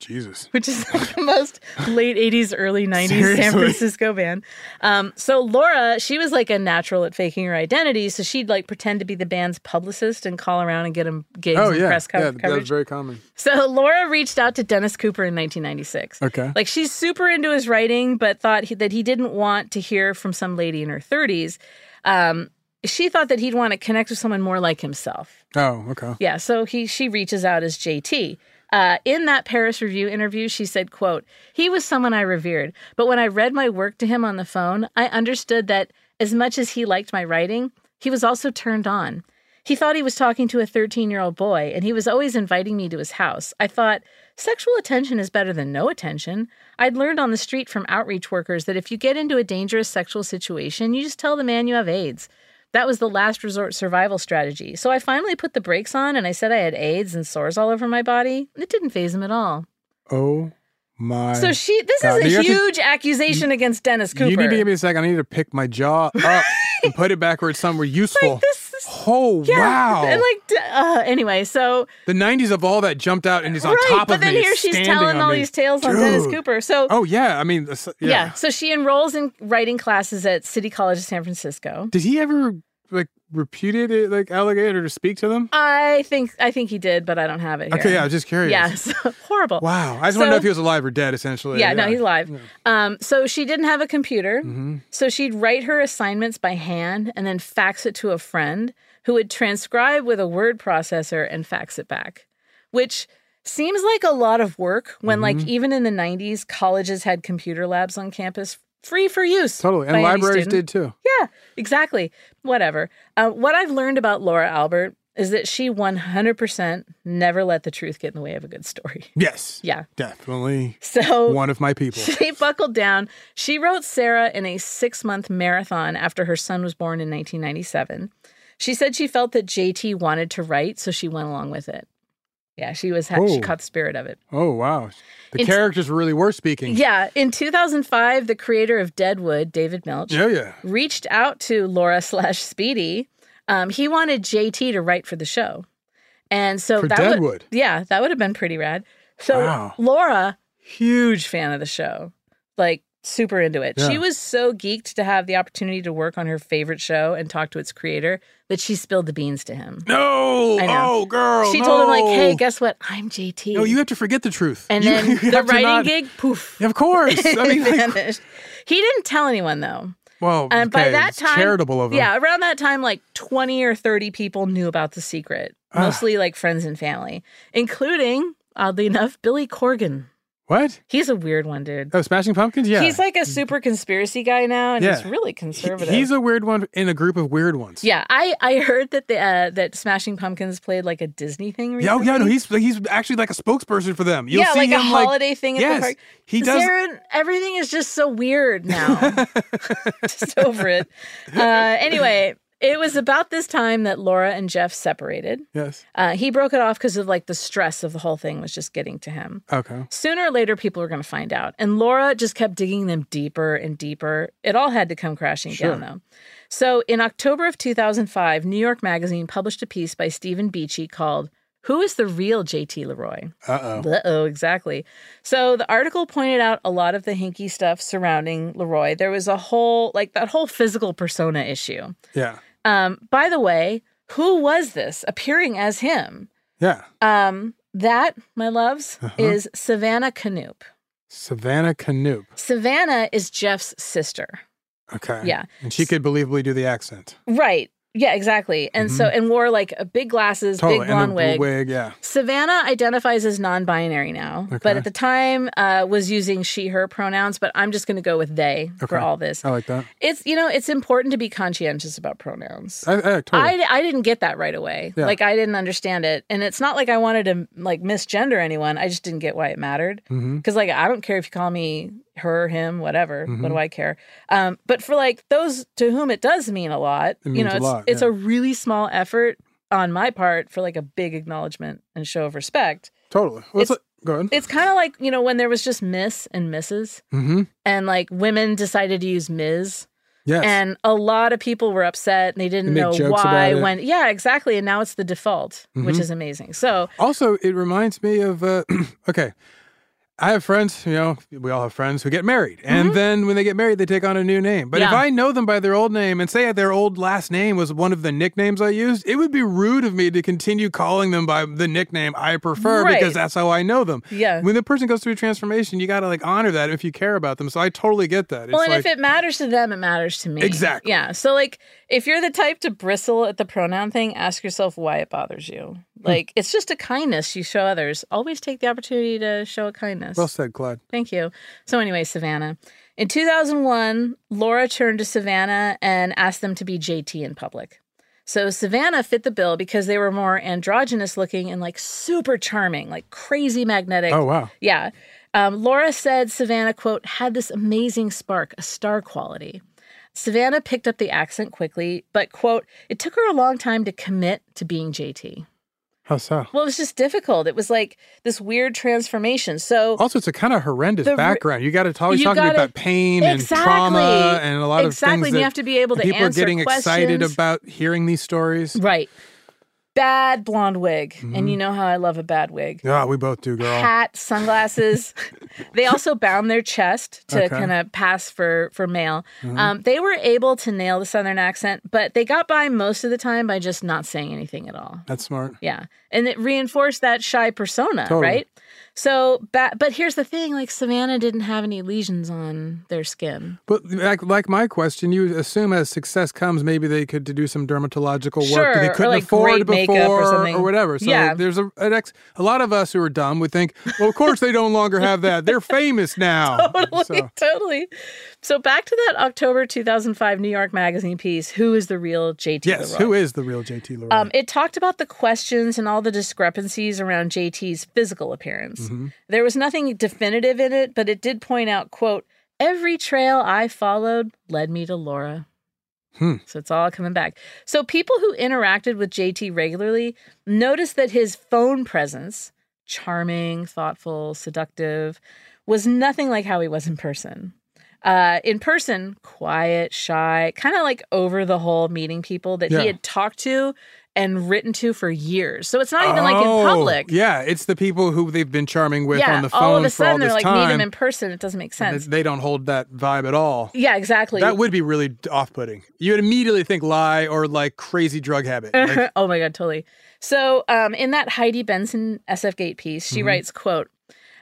[SPEAKER 2] Jesus.
[SPEAKER 3] which is [laughs] like the most late 80s, early 90s San
[SPEAKER 2] Seriously?
[SPEAKER 3] Francisco band. Um, so Laura, she was like a natural at faking her identity, so she'd like pretend to be the band's publicist and call around and get him gigs
[SPEAKER 2] Oh
[SPEAKER 3] and
[SPEAKER 2] yeah.
[SPEAKER 3] press co-
[SPEAKER 2] yeah,
[SPEAKER 3] coverage.
[SPEAKER 2] that's very common.
[SPEAKER 3] So [laughs] Laura reached out to Dennis Cooper in 1996.
[SPEAKER 2] Okay.
[SPEAKER 3] Like she's super into his writing, but thought he, that he didn't want to hear from some lady in her 30s. Um, she thought that he'd want to connect with someone more like himself.
[SPEAKER 2] Oh, okay.
[SPEAKER 3] Yeah. So he she reaches out as JT. Uh, in that Paris Review interview, she said, "quote He was someone I revered, but when I read my work to him on the phone, I understood that as much as he liked my writing, he was also turned on. He thought he was talking to a 13 year old boy, and he was always inviting me to his house. I thought, sexual attention is better than no attention. I'd learned on the street from outreach workers that if you get into a dangerous sexual situation, you just tell the man you have AIDS. That was the last resort survival strategy. So I finally put the brakes on and I said I had AIDS and sores all over my body. It didn't phase him at all.
[SPEAKER 2] Oh my.
[SPEAKER 3] So she, this
[SPEAKER 2] God, you
[SPEAKER 3] is a
[SPEAKER 2] have to-
[SPEAKER 3] huge accusation against Dennis Cooper.
[SPEAKER 2] You need to give me a second. I need to pick my jaw
[SPEAKER 3] [laughs]
[SPEAKER 2] up and put it backwards somewhere useful.
[SPEAKER 3] this is-
[SPEAKER 2] oh
[SPEAKER 3] yeah,
[SPEAKER 2] wow!
[SPEAKER 3] And like, d- uh, anyway, so
[SPEAKER 2] the '90s of all that jumped out and is on top
[SPEAKER 3] but
[SPEAKER 2] of me.
[SPEAKER 3] then here
[SPEAKER 2] It's
[SPEAKER 3] she's
[SPEAKER 2] standing
[SPEAKER 3] telling
[SPEAKER 2] on
[SPEAKER 3] all
[SPEAKER 2] me.
[SPEAKER 3] these tales on Dennis
[SPEAKER 2] Dude.
[SPEAKER 3] Cooper. So
[SPEAKER 2] Oh yeah, I mean, the- yeah.
[SPEAKER 3] yeah. so she enrolls in writing classes at City College of San Francisco.
[SPEAKER 2] Did he ever like reputed it like alligator to speak to them?
[SPEAKER 3] I think I think he did, but I don't have it. Here.
[SPEAKER 2] Okay, yeah, I was just curious.
[SPEAKER 3] yeah, [laughs] so, horrible.
[SPEAKER 2] Wow, I just want to know
[SPEAKER 3] So-
[SPEAKER 2] if he was alive or dead. Essentially,
[SPEAKER 3] Yeah, no, he's alive. Um, so she didn't have a computer,
[SPEAKER 2] Mm-hmm.
[SPEAKER 3] so she'd write her assignments by hand and then fax it to a friend who would transcribe with a word processor and fax it back, which seems like a lot of work when,
[SPEAKER 2] Mm-hmm.
[SPEAKER 3] like, even in the '90s, colleges had computer labs on campus free for use.
[SPEAKER 2] Totally,
[SPEAKER 3] by
[SPEAKER 2] and
[SPEAKER 3] any
[SPEAKER 2] libraries
[SPEAKER 3] student.
[SPEAKER 2] did too.
[SPEAKER 3] Yeah, exactly. Whatever. Uh, what I've learned about Laura Albert is that she 100% never let the truth get in the way of a good story. [laughs]
[SPEAKER 2] Yes.
[SPEAKER 3] Yeah.
[SPEAKER 2] Definitely.
[SPEAKER 3] So
[SPEAKER 2] one of my
[SPEAKER 3] [laughs]
[SPEAKER 2] people.
[SPEAKER 3] She buckled down. She wrote Sarah in a six month marathon after her son was born in 1997. She said she felt that JT wanted to write, so she went along with it. Yeah, she was ha- she
[SPEAKER 2] Oh.
[SPEAKER 3] caught the spirit of it.
[SPEAKER 2] Oh wow. The
[SPEAKER 3] It's-
[SPEAKER 2] characters really were speaking.
[SPEAKER 3] Yeah, in 2005, the creator of Deadwood, David Milch,
[SPEAKER 2] Yeah, yeah.
[SPEAKER 3] reached out to Laura [laughs] slash Speedy. Um, he wanted JT to write for the show, and so
[SPEAKER 2] For
[SPEAKER 3] that
[SPEAKER 2] Deadwood?
[SPEAKER 3] Would, yeah, that would have been pretty rad. So
[SPEAKER 2] Wow.
[SPEAKER 3] Laura, huge fan of the show, like super into it.
[SPEAKER 2] Yeah.
[SPEAKER 3] She was so geeked to have the opportunity to work on her favorite show and talk to its creator that she spilled the beans to him.
[SPEAKER 2] No.
[SPEAKER 3] I know.
[SPEAKER 2] Oh girl.
[SPEAKER 3] she told him like,
[SPEAKER 2] no.
[SPEAKER 3] "Hey, guess what? I'm JT."
[SPEAKER 2] No, you have to forget the truth.
[SPEAKER 3] and
[SPEAKER 2] You-
[SPEAKER 3] then
[SPEAKER 2] you
[SPEAKER 3] the
[SPEAKER 2] have to [laughs]
[SPEAKER 3] writing
[SPEAKER 2] not-
[SPEAKER 3] gig, poof.
[SPEAKER 2] Of course.
[SPEAKER 3] [laughs]
[SPEAKER 2] I mean, like,
[SPEAKER 3] vanished. He didn't tell anyone though.
[SPEAKER 2] well,
[SPEAKER 3] And Um, by
[SPEAKER 2] okay,
[SPEAKER 3] that
[SPEAKER 2] it's
[SPEAKER 3] time,
[SPEAKER 2] charitable of him.
[SPEAKER 3] Yeah, around that time, like 20 or 30 people knew about the secret,
[SPEAKER 2] Ah.
[SPEAKER 3] mostly like friends and family, including, oddly enough, Billy Corgan.
[SPEAKER 2] What?
[SPEAKER 3] He's a weird one, dude.
[SPEAKER 2] Oh, Smashing Pumpkins. Yeah.
[SPEAKER 3] He's like a super conspiracy guy now, and he's
[SPEAKER 2] Yeah.
[SPEAKER 3] really
[SPEAKER 2] He-
[SPEAKER 3] conservative.
[SPEAKER 2] He's a weird one in a group of weird ones.
[SPEAKER 3] yeah, I, I heard that the uh, that Smashing Pumpkins played like a Disney thing
[SPEAKER 2] Yeah, oh,
[SPEAKER 3] recently.
[SPEAKER 2] yeah, no, he's he's actually like a spokesperson for them. You'll
[SPEAKER 3] yeah,
[SPEAKER 2] see
[SPEAKER 3] like
[SPEAKER 2] him
[SPEAKER 3] a holiday thing at
[SPEAKER 2] yes,
[SPEAKER 3] the park.
[SPEAKER 2] He does.
[SPEAKER 3] Zarin, everything is just so
[SPEAKER 2] [laughs]
[SPEAKER 3] weird now. [laughs] just over it. Uh, anyway, it was about this time that Laura and Jeff separated.
[SPEAKER 2] Yes.
[SPEAKER 3] Uh, he broke it off because of like the stress of the whole thing was just getting to him.
[SPEAKER 2] Okay.
[SPEAKER 3] Sooner or later, people were going to find out. And Laura just kept digging them deeper and deeper. It all had to come crashing down, though. So in October of 2005, New York Magazine published a piece by Stephen Beachy called Who is the Real JT Leroy?
[SPEAKER 2] Uh oh.
[SPEAKER 3] Uh oh, exactly. So the article pointed out a lot of the hinky stuff surrounding Leroy. There was a whole, like, that whole physical persona issue.
[SPEAKER 2] Yeah.
[SPEAKER 3] Um, by the way, who was this appearing as him?
[SPEAKER 2] Yeah.
[SPEAKER 3] Um, that, my loves,
[SPEAKER 2] Uh-huh.
[SPEAKER 3] is Savannah Canoop.
[SPEAKER 2] Savannah Canoop.
[SPEAKER 3] Savannah is Jeff's sister.
[SPEAKER 2] Okay.
[SPEAKER 3] Yeah.
[SPEAKER 2] And she could believably do the accent.
[SPEAKER 3] Right. Yeah, exactly. And so, and wore like a big glasses, big
[SPEAKER 2] Mm-hmm. and
[SPEAKER 3] blonde
[SPEAKER 2] the
[SPEAKER 3] wig.
[SPEAKER 2] wig. Yeah.
[SPEAKER 3] Savannah identifies as non-binary now, but
[SPEAKER 2] Okay.
[SPEAKER 3] at the time uh, was using she/her pronouns. But I'm just going to go with they for
[SPEAKER 2] Okay. Oh.
[SPEAKER 3] all this.
[SPEAKER 2] I like that.
[SPEAKER 3] It's you know it's important to be conscientious about pronouns.
[SPEAKER 2] I, I, totally.
[SPEAKER 3] I, I didn't get that right away.
[SPEAKER 2] Yeah.
[SPEAKER 3] Like I didn't understand it, and it's not like I wanted to like misgender anyone. I just didn't get why it mattered.
[SPEAKER 2] Mhm.
[SPEAKER 3] Because like I don't care if you call me her, him, whatever. What
[SPEAKER 2] Mhm.
[SPEAKER 3] do I care? Um, but for like those to whom it does mean a lot,
[SPEAKER 2] It
[SPEAKER 3] you
[SPEAKER 2] means
[SPEAKER 3] know,
[SPEAKER 2] a
[SPEAKER 3] it's
[SPEAKER 2] lot,
[SPEAKER 3] it's
[SPEAKER 2] yeah.
[SPEAKER 3] a really small effort on my part for like a big acknowledgement and show of respect.
[SPEAKER 2] totally. Well, it's
[SPEAKER 3] it's-
[SPEAKER 2] like- go ahead.
[SPEAKER 3] It's kind of like you know when there was just Miss and Mrs.
[SPEAKER 2] Mm-hmm.
[SPEAKER 3] and like women decided to use Ms.
[SPEAKER 2] Yes.
[SPEAKER 3] And a lot of people were upset and they didn't
[SPEAKER 2] They
[SPEAKER 3] know
[SPEAKER 2] make jokes
[SPEAKER 3] why
[SPEAKER 2] about it.
[SPEAKER 3] when yeah, exactly. And now it's the default, which
[SPEAKER 2] Mhm.
[SPEAKER 3] is amazing. So
[SPEAKER 2] Also, it reminds me of uh, [clears throat] okay. I have friends, you know, we all have friends who get married. And then when they get married, they take on a new name. But if
[SPEAKER 3] Mm-hmm. Yeah.
[SPEAKER 2] I know them by their old name and say their old last name was one of the nicknames I used, it would be rude of me to continue calling them by the nickname I prefer
[SPEAKER 3] Right.
[SPEAKER 2] because that's how I know them.
[SPEAKER 3] Yeah.
[SPEAKER 2] When the person goes through a transformation, you got to like honor that if you care about them. So I totally get that. It's
[SPEAKER 3] well, and
[SPEAKER 2] like,
[SPEAKER 3] if it matters to them, it matters to me.
[SPEAKER 2] Exactly.
[SPEAKER 3] Yeah. So like if you're the type to bristle at the pronoun thing, ask yourself why it bothers you.
[SPEAKER 2] Hmm.
[SPEAKER 3] Like it's just a kindness you show others. Always take the opportunity to show a kindness.
[SPEAKER 2] well said, Clyde.
[SPEAKER 3] Thank you. So, anyway, Savannah. In 2001, Laura turned to Savannah and asked them to be JT in public. So, Savannah fit the bill because they were more androgynous looking and like super charming, like crazy magnetic.
[SPEAKER 2] Oh, wow.
[SPEAKER 3] Yeah. Um, Laura said Savannah, quote, had this amazing spark, a star quality. Savannah picked up the accent quickly, but, quote, it took her a long time to commit to being JT.
[SPEAKER 2] How so?
[SPEAKER 3] Well, it was just difficult. It was like this weird transformation. So,
[SPEAKER 2] Also, it's a kind of horrendous
[SPEAKER 3] The re-
[SPEAKER 2] background. You got to always
[SPEAKER 3] You
[SPEAKER 2] talk about
[SPEAKER 3] gotta-
[SPEAKER 2] that pain and trauma and a lot
[SPEAKER 3] exactly.
[SPEAKER 2] of things.
[SPEAKER 3] And
[SPEAKER 2] that
[SPEAKER 3] you have to be able to
[SPEAKER 2] people
[SPEAKER 3] answer
[SPEAKER 2] are getting excited
[SPEAKER 3] questions.
[SPEAKER 2] about hearing these stories.
[SPEAKER 3] Right. Bad blonde wig. And you know how I love a bad wig.
[SPEAKER 2] Yeah, Mm-hmm. we both do, girl. [laughs]
[SPEAKER 3] Hat, sunglasses. they also bound their chest to
[SPEAKER 2] Okay. Mm-hmm.
[SPEAKER 3] kind of pass for for male. Um, they were able to nail the southern accent, but they got by most of the time by just not saying anything at all.
[SPEAKER 2] That's smart.
[SPEAKER 3] Yeah. And it reinforced that shy persona,
[SPEAKER 2] Totally.
[SPEAKER 3] right? So, ba- but here's the thing: like Savannah didn't have any lesions on their skin.
[SPEAKER 2] But like, like my question, you assume as success comes, maybe they could do some dermatological work that
[SPEAKER 3] Sure,
[SPEAKER 2] they
[SPEAKER 3] or
[SPEAKER 2] couldn't
[SPEAKER 3] like
[SPEAKER 2] afford
[SPEAKER 3] great makeup or
[SPEAKER 2] before
[SPEAKER 3] something.
[SPEAKER 2] whatever. So
[SPEAKER 3] Yeah.
[SPEAKER 2] there's a an ex, a lot of us who are dumb would think, well, of course they don't longer have that. They're famous now.
[SPEAKER 3] [laughs] Totally,
[SPEAKER 2] So-
[SPEAKER 3] totally. So back to that October 2005 New York Magazine piece: Who is the real JT?
[SPEAKER 2] yes,
[SPEAKER 3] Leroy?
[SPEAKER 2] who is the real JT Leroy?
[SPEAKER 3] Um, it talked about the questions and all the discrepancies around JT's physical appearance.
[SPEAKER 2] Mm-hmm.
[SPEAKER 3] There was nothing definitive in it, but it did point out, quote, every trail I followed led me to Laura.
[SPEAKER 2] Hmm.
[SPEAKER 3] So it's all coming back. So people who interacted with JT regularly noticed that his phone presence, charming, thoughtful, seductive, was nothing like how he was in person. Uh, in person, quiet, shy, kind of like over the whole meeting people that
[SPEAKER 2] Yeah.
[SPEAKER 3] he had talked to and written to for years. So it's not even like in public.
[SPEAKER 2] Oh, Yeah, it's the people who they've been charming with
[SPEAKER 3] yeah,
[SPEAKER 2] on the phone
[SPEAKER 3] all of a
[SPEAKER 2] for all
[SPEAKER 3] sudden
[SPEAKER 2] this
[SPEAKER 3] they're like,
[SPEAKER 2] time.
[SPEAKER 3] meet him in person. It doesn't make
[SPEAKER 2] and
[SPEAKER 3] sense.
[SPEAKER 2] they, they don't hold that vibe at all.
[SPEAKER 3] yeah, exactly.
[SPEAKER 2] That would be really off-putting. You would immediately think lie or like crazy drug habit.
[SPEAKER 3] [laughs]
[SPEAKER 2] Like,
[SPEAKER 3] oh my god, totally. So um, in that Heidi Benson SF Gate piece,
[SPEAKER 2] Mm-hmm.
[SPEAKER 3] she writes, "quote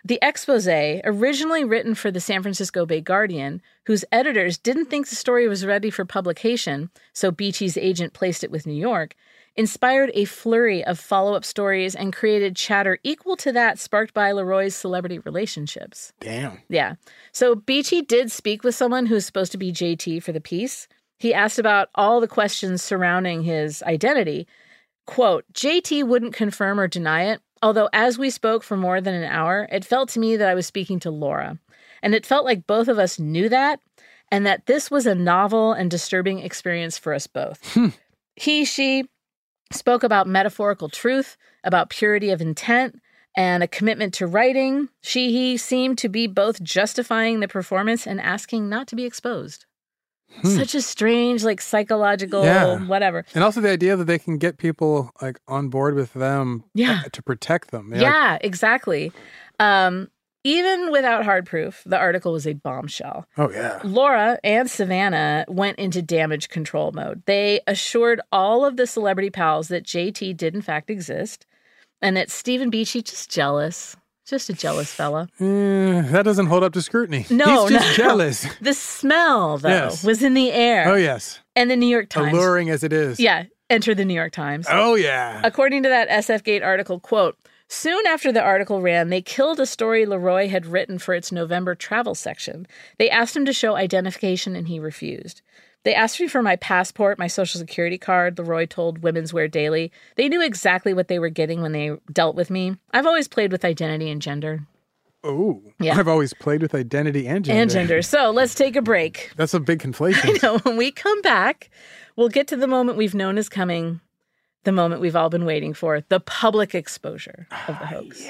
[SPEAKER 3] The expose, originally written for the San Francisco Bay Guardian, whose editors didn't think the story was ready for publication, so BT's agent placed it with New York." Inspired a flurry of follow up stories and created chatter equal to that sparked by Leroy's celebrity relationships.
[SPEAKER 2] damn.
[SPEAKER 3] Yeah. So Beachy did speak with someone who's supposed to be JT for the piece. He asked about all the questions surrounding his identity. Quote, JT wouldn't confirm or deny it, although as we spoke for more than an hour, it felt to me that I was speaking to Laura. And it felt like both of us knew that and that this was a novel and disturbing experience for us both. He, she spoke about metaphorical truth, about purity of intent, and a commitment to writing. She, he seemed to be both justifying the performance and asking not to be exposed. Such a strange, like psychological,
[SPEAKER 2] Yeah.
[SPEAKER 3] whatever.
[SPEAKER 2] And also the idea that they can get people like on board with them
[SPEAKER 3] Yeah.
[SPEAKER 2] uh, to protect them. They're like,
[SPEAKER 3] yeah, exactly. Um, even without hard proof, the article was a bombshell.
[SPEAKER 2] oh yeah.
[SPEAKER 3] Laura and Savannah went into damage control mode. They assured all of the celebrity pals that JT did in fact exist and that Stephen Beachy just jealous, just a jealous fella.
[SPEAKER 2] Eh, that doesn't hold up to scrutiny.
[SPEAKER 3] No,
[SPEAKER 2] He's just
[SPEAKER 3] no. [laughs]
[SPEAKER 2] jealous.
[SPEAKER 3] The smell though
[SPEAKER 2] Yes.
[SPEAKER 3] was in the air.
[SPEAKER 2] Oh yes.
[SPEAKER 3] And the New York Times.
[SPEAKER 2] Alluring as it is.
[SPEAKER 3] Yeah, enter the New York Times.
[SPEAKER 2] Oh yeah.
[SPEAKER 3] According to that SF Gate article, quote, Soon after the article ran, they killed a story Leroy had written for its November travel section. They asked him to show identification and he refused. They asked me for my passport, my social security card, Leroy told Women's Wear Daily. They knew exactly what they were getting when they dealt with me. I've always played with identity and gender.
[SPEAKER 2] oh.
[SPEAKER 3] Yeah.
[SPEAKER 2] I've always played with identity and gender.
[SPEAKER 3] And gender. So let's take a break. [laughs]
[SPEAKER 2] That's a big conflation.
[SPEAKER 3] So when we come back, we'll get to the moment we've known is coming, the moment we've all been waiting for, the public exposure of the hoax.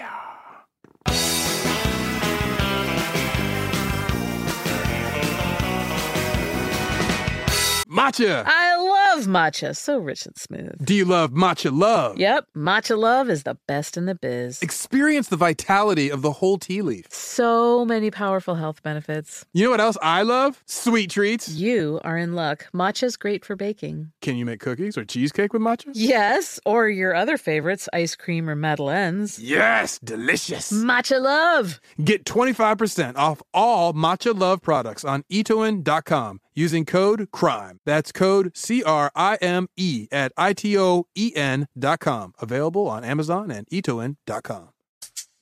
[SPEAKER 2] Matcha.
[SPEAKER 3] I love matcha. So rich and smooth.
[SPEAKER 2] Do you love matcha love?
[SPEAKER 3] Yep, matcha love is the best in the biz.
[SPEAKER 2] Experience the vitality of the whole tea leaf.
[SPEAKER 3] So many powerful health benefits.
[SPEAKER 2] You know what else I love? Sweet treats.
[SPEAKER 3] You are in luck. Matcha's great for baking.
[SPEAKER 2] Can you make cookies or cheesecake with matcha?
[SPEAKER 3] Yes, or your other favorites, ice cream or madeleines.
[SPEAKER 2] Yes, delicious.
[SPEAKER 7] Mm.
[SPEAKER 3] Matcha love.
[SPEAKER 2] Get 25% off all Matcha Love products on E itoin.com using code CRIME. That's code C R I M E at I T O E N dot com. Available on Amazon and E itoin.com.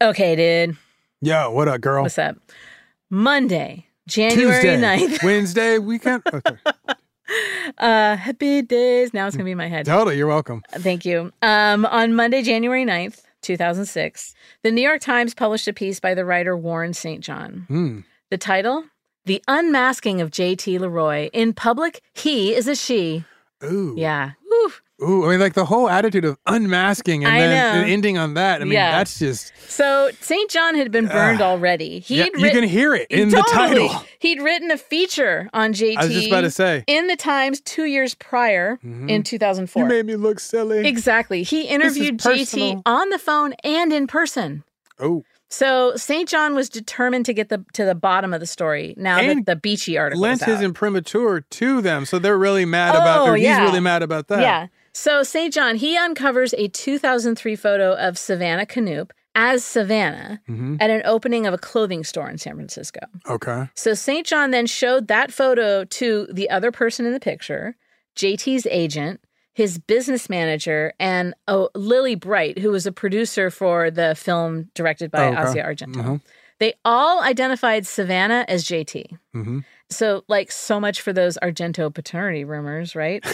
[SPEAKER 7] Okay, dude.
[SPEAKER 2] Yo, what up, girl?
[SPEAKER 7] What's up? Monday, January
[SPEAKER 2] Tuesday,
[SPEAKER 7] 9th.
[SPEAKER 2] Wednesday, weekend. Okay.
[SPEAKER 7] [laughs] Uh, happy days. Now it's going to be in my head.
[SPEAKER 2] Totally, you're welcome.
[SPEAKER 7] Thank you. Um, on Monday, January 9th, 2006, the New York Times published a piece by the writer Warren St. John.
[SPEAKER 2] Hmm.
[SPEAKER 7] The title The Unmasking of J.T. Leroy. In public, he is a she.
[SPEAKER 2] Ooh.
[SPEAKER 7] Yeah. Whew.
[SPEAKER 2] Ooh, I mean, like the whole attitude of unmasking and
[SPEAKER 7] I
[SPEAKER 2] then
[SPEAKER 7] know.
[SPEAKER 2] and ending on that. I mean,
[SPEAKER 7] Yeah.
[SPEAKER 2] that's just
[SPEAKER 7] So St. John had been burned
[SPEAKER 2] Ugh.
[SPEAKER 7] already. He'd
[SPEAKER 2] Ah. Yeah, you
[SPEAKER 7] writ-
[SPEAKER 2] can hear it in the
[SPEAKER 7] Totally.
[SPEAKER 2] title.
[SPEAKER 7] He'd written a feature on JT.
[SPEAKER 2] I was just about to say. Mm-hmm.
[SPEAKER 7] in the Times two years prior in 2004.
[SPEAKER 2] You made me look silly.
[SPEAKER 7] Exactly. He interviewed JT
[SPEAKER 2] personal.
[SPEAKER 7] on the phone and in person.
[SPEAKER 2] Oh,
[SPEAKER 7] So St. John was determined to get the to the bottom of the story. Now
[SPEAKER 2] And
[SPEAKER 7] that the Beachy article
[SPEAKER 2] lent
[SPEAKER 7] is out.
[SPEAKER 2] his imprimatur to them, so they're really mad about.
[SPEAKER 7] Oh,
[SPEAKER 2] Or
[SPEAKER 7] yeah.
[SPEAKER 2] he's really mad about that.
[SPEAKER 7] Yeah. So St. John, he uncovers a 2003 photo of Savannah Canoop as Savannah
[SPEAKER 2] Mhm.
[SPEAKER 7] at an opening of a clothing store in San Francisco.
[SPEAKER 2] Okay.
[SPEAKER 7] So St. John then showed that photo to the other person in the picture, JT's agent, his business manager, and oh, Lily Bright, who was a producer for the film directed by
[SPEAKER 8] Oh, okay.
[SPEAKER 7] Ozzy Argento. They all identified Savannah as JT.
[SPEAKER 2] Mm-hmm.
[SPEAKER 7] So, like, so much for those Argento paternity rumors, right?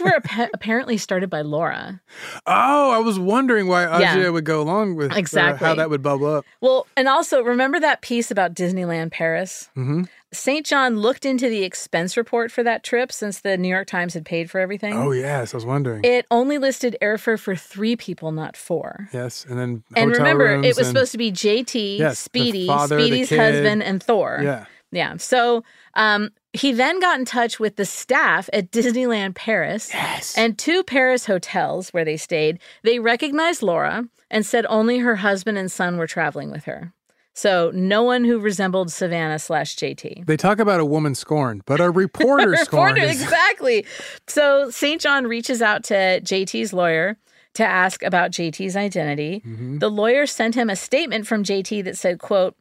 [SPEAKER 8] [laughs]
[SPEAKER 7] were appa- apparently started by Laura.
[SPEAKER 2] Oh, I was wondering why
[SPEAKER 7] Yeah.
[SPEAKER 2] Ajay would go along with uh,
[SPEAKER 7] Exactly.
[SPEAKER 2] how that would bubble up.
[SPEAKER 7] Well, and also remember that piece about Disneyland Paris?
[SPEAKER 2] Mm-hmm.
[SPEAKER 7] St. John looked into the expense report for that trip since the New York Times had paid for everything.
[SPEAKER 2] Oh yes, I was wondering.
[SPEAKER 7] It only listed airfare for three people, not four.
[SPEAKER 2] yes, and then
[SPEAKER 7] And
[SPEAKER 2] hotel
[SPEAKER 7] remember,
[SPEAKER 2] rooms
[SPEAKER 7] it
[SPEAKER 2] and-
[SPEAKER 7] was supposed to be JT,
[SPEAKER 2] Yes, the
[SPEAKER 7] Speedy,
[SPEAKER 2] father, the
[SPEAKER 7] Speedy's
[SPEAKER 2] kid.
[SPEAKER 7] husband, and Thor.
[SPEAKER 2] Yeah.
[SPEAKER 7] Yeah. So um, he then got in touch with the staff at Disneyland Paris and two Paris hotels where they stayed. They recognized Laura and said only her husband and son were traveling with her. So no one who resembled Savannah slash JT.
[SPEAKER 2] They talk about a woman scorned, but a reporter scorned.
[SPEAKER 7] [laughs] Reporter,
[SPEAKER 2] is-
[SPEAKER 7] exactly. So St. John reaches out to JT's lawyer to ask about JT's identity.
[SPEAKER 2] Mm-hmm.
[SPEAKER 7] The lawyer sent him a statement from JT that said, quote,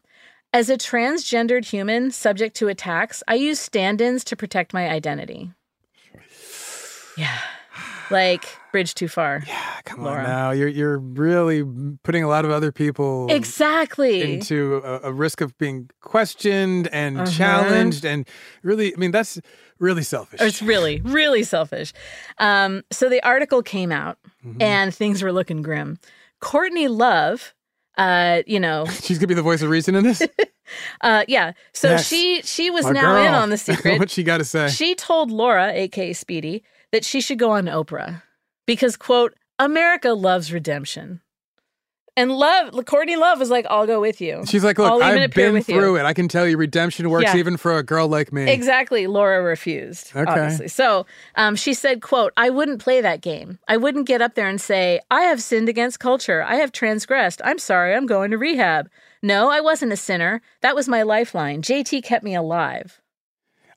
[SPEAKER 7] as a transgendered human subject to attacks, I use stand-ins to protect my identity. Yeah. Like bridge too far. Yeah,
[SPEAKER 2] Come on now, you're you're really putting a lot of other people
[SPEAKER 7] Exactly.
[SPEAKER 2] into a, a risk of being questioned and
[SPEAKER 7] Uh-huh.
[SPEAKER 2] challenged, and really, I mean, that's really selfish.
[SPEAKER 7] It's really, really selfish. Um, so the article came out
[SPEAKER 2] Mm-hmm.
[SPEAKER 7] and things were looking grim. Courtney Love, uh, you
[SPEAKER 2] [laughs]
[SPEAKER 7] know,
[SPEAKER 2] She's gonna be the voice of reason in
[SPEAKER 7] [laughs]
[SPEAKER 2] this.
[SPEAKER 7] uh, yeah. So
[SPEAKER 2] Yes.
[SPEAKER 7] she she was
[SPEAKER 2] My
[SPEAKER 7] now in
[SPEAKER 2] girl.
[SPEAKER 7] on the
[SPEAKER 2] [laughs]
[SPEAKER 7] secret.
[SPEAKER 2] what she got to say?
[SPEAKER 7] She told Laura, aka Speedy, that she should go on Oprah because, quote, America loves redemption. And Love, Courtney Love was like, I'll go with you.
[SPEAKER 2] She's like, look,
[SPEAKER 7] I'll even
[SPEAKER 2] I've
[SPEAKER 7] appear
[SPEAKER 2] been
[SPEAKER 7] with you."
[SPEAKER 2] through it. I can tell you, redemption works
[SPEAKER 7] Yeah.
[SPEAKER 2] even for a girl like me.
[SPEAKER 7] Exactly. Laura refused.
[SPEAKER 2] Okay.
[SPEAKER 7] Obviously. So um, she said, quote, I wouldn't play that game. I wouldn't get up there and say, I have sinned against culture. I have transgressed. I'm sorry. I'm going to rehab. No, I wasn't a sinner. That was my lifeline. JT kept me alive.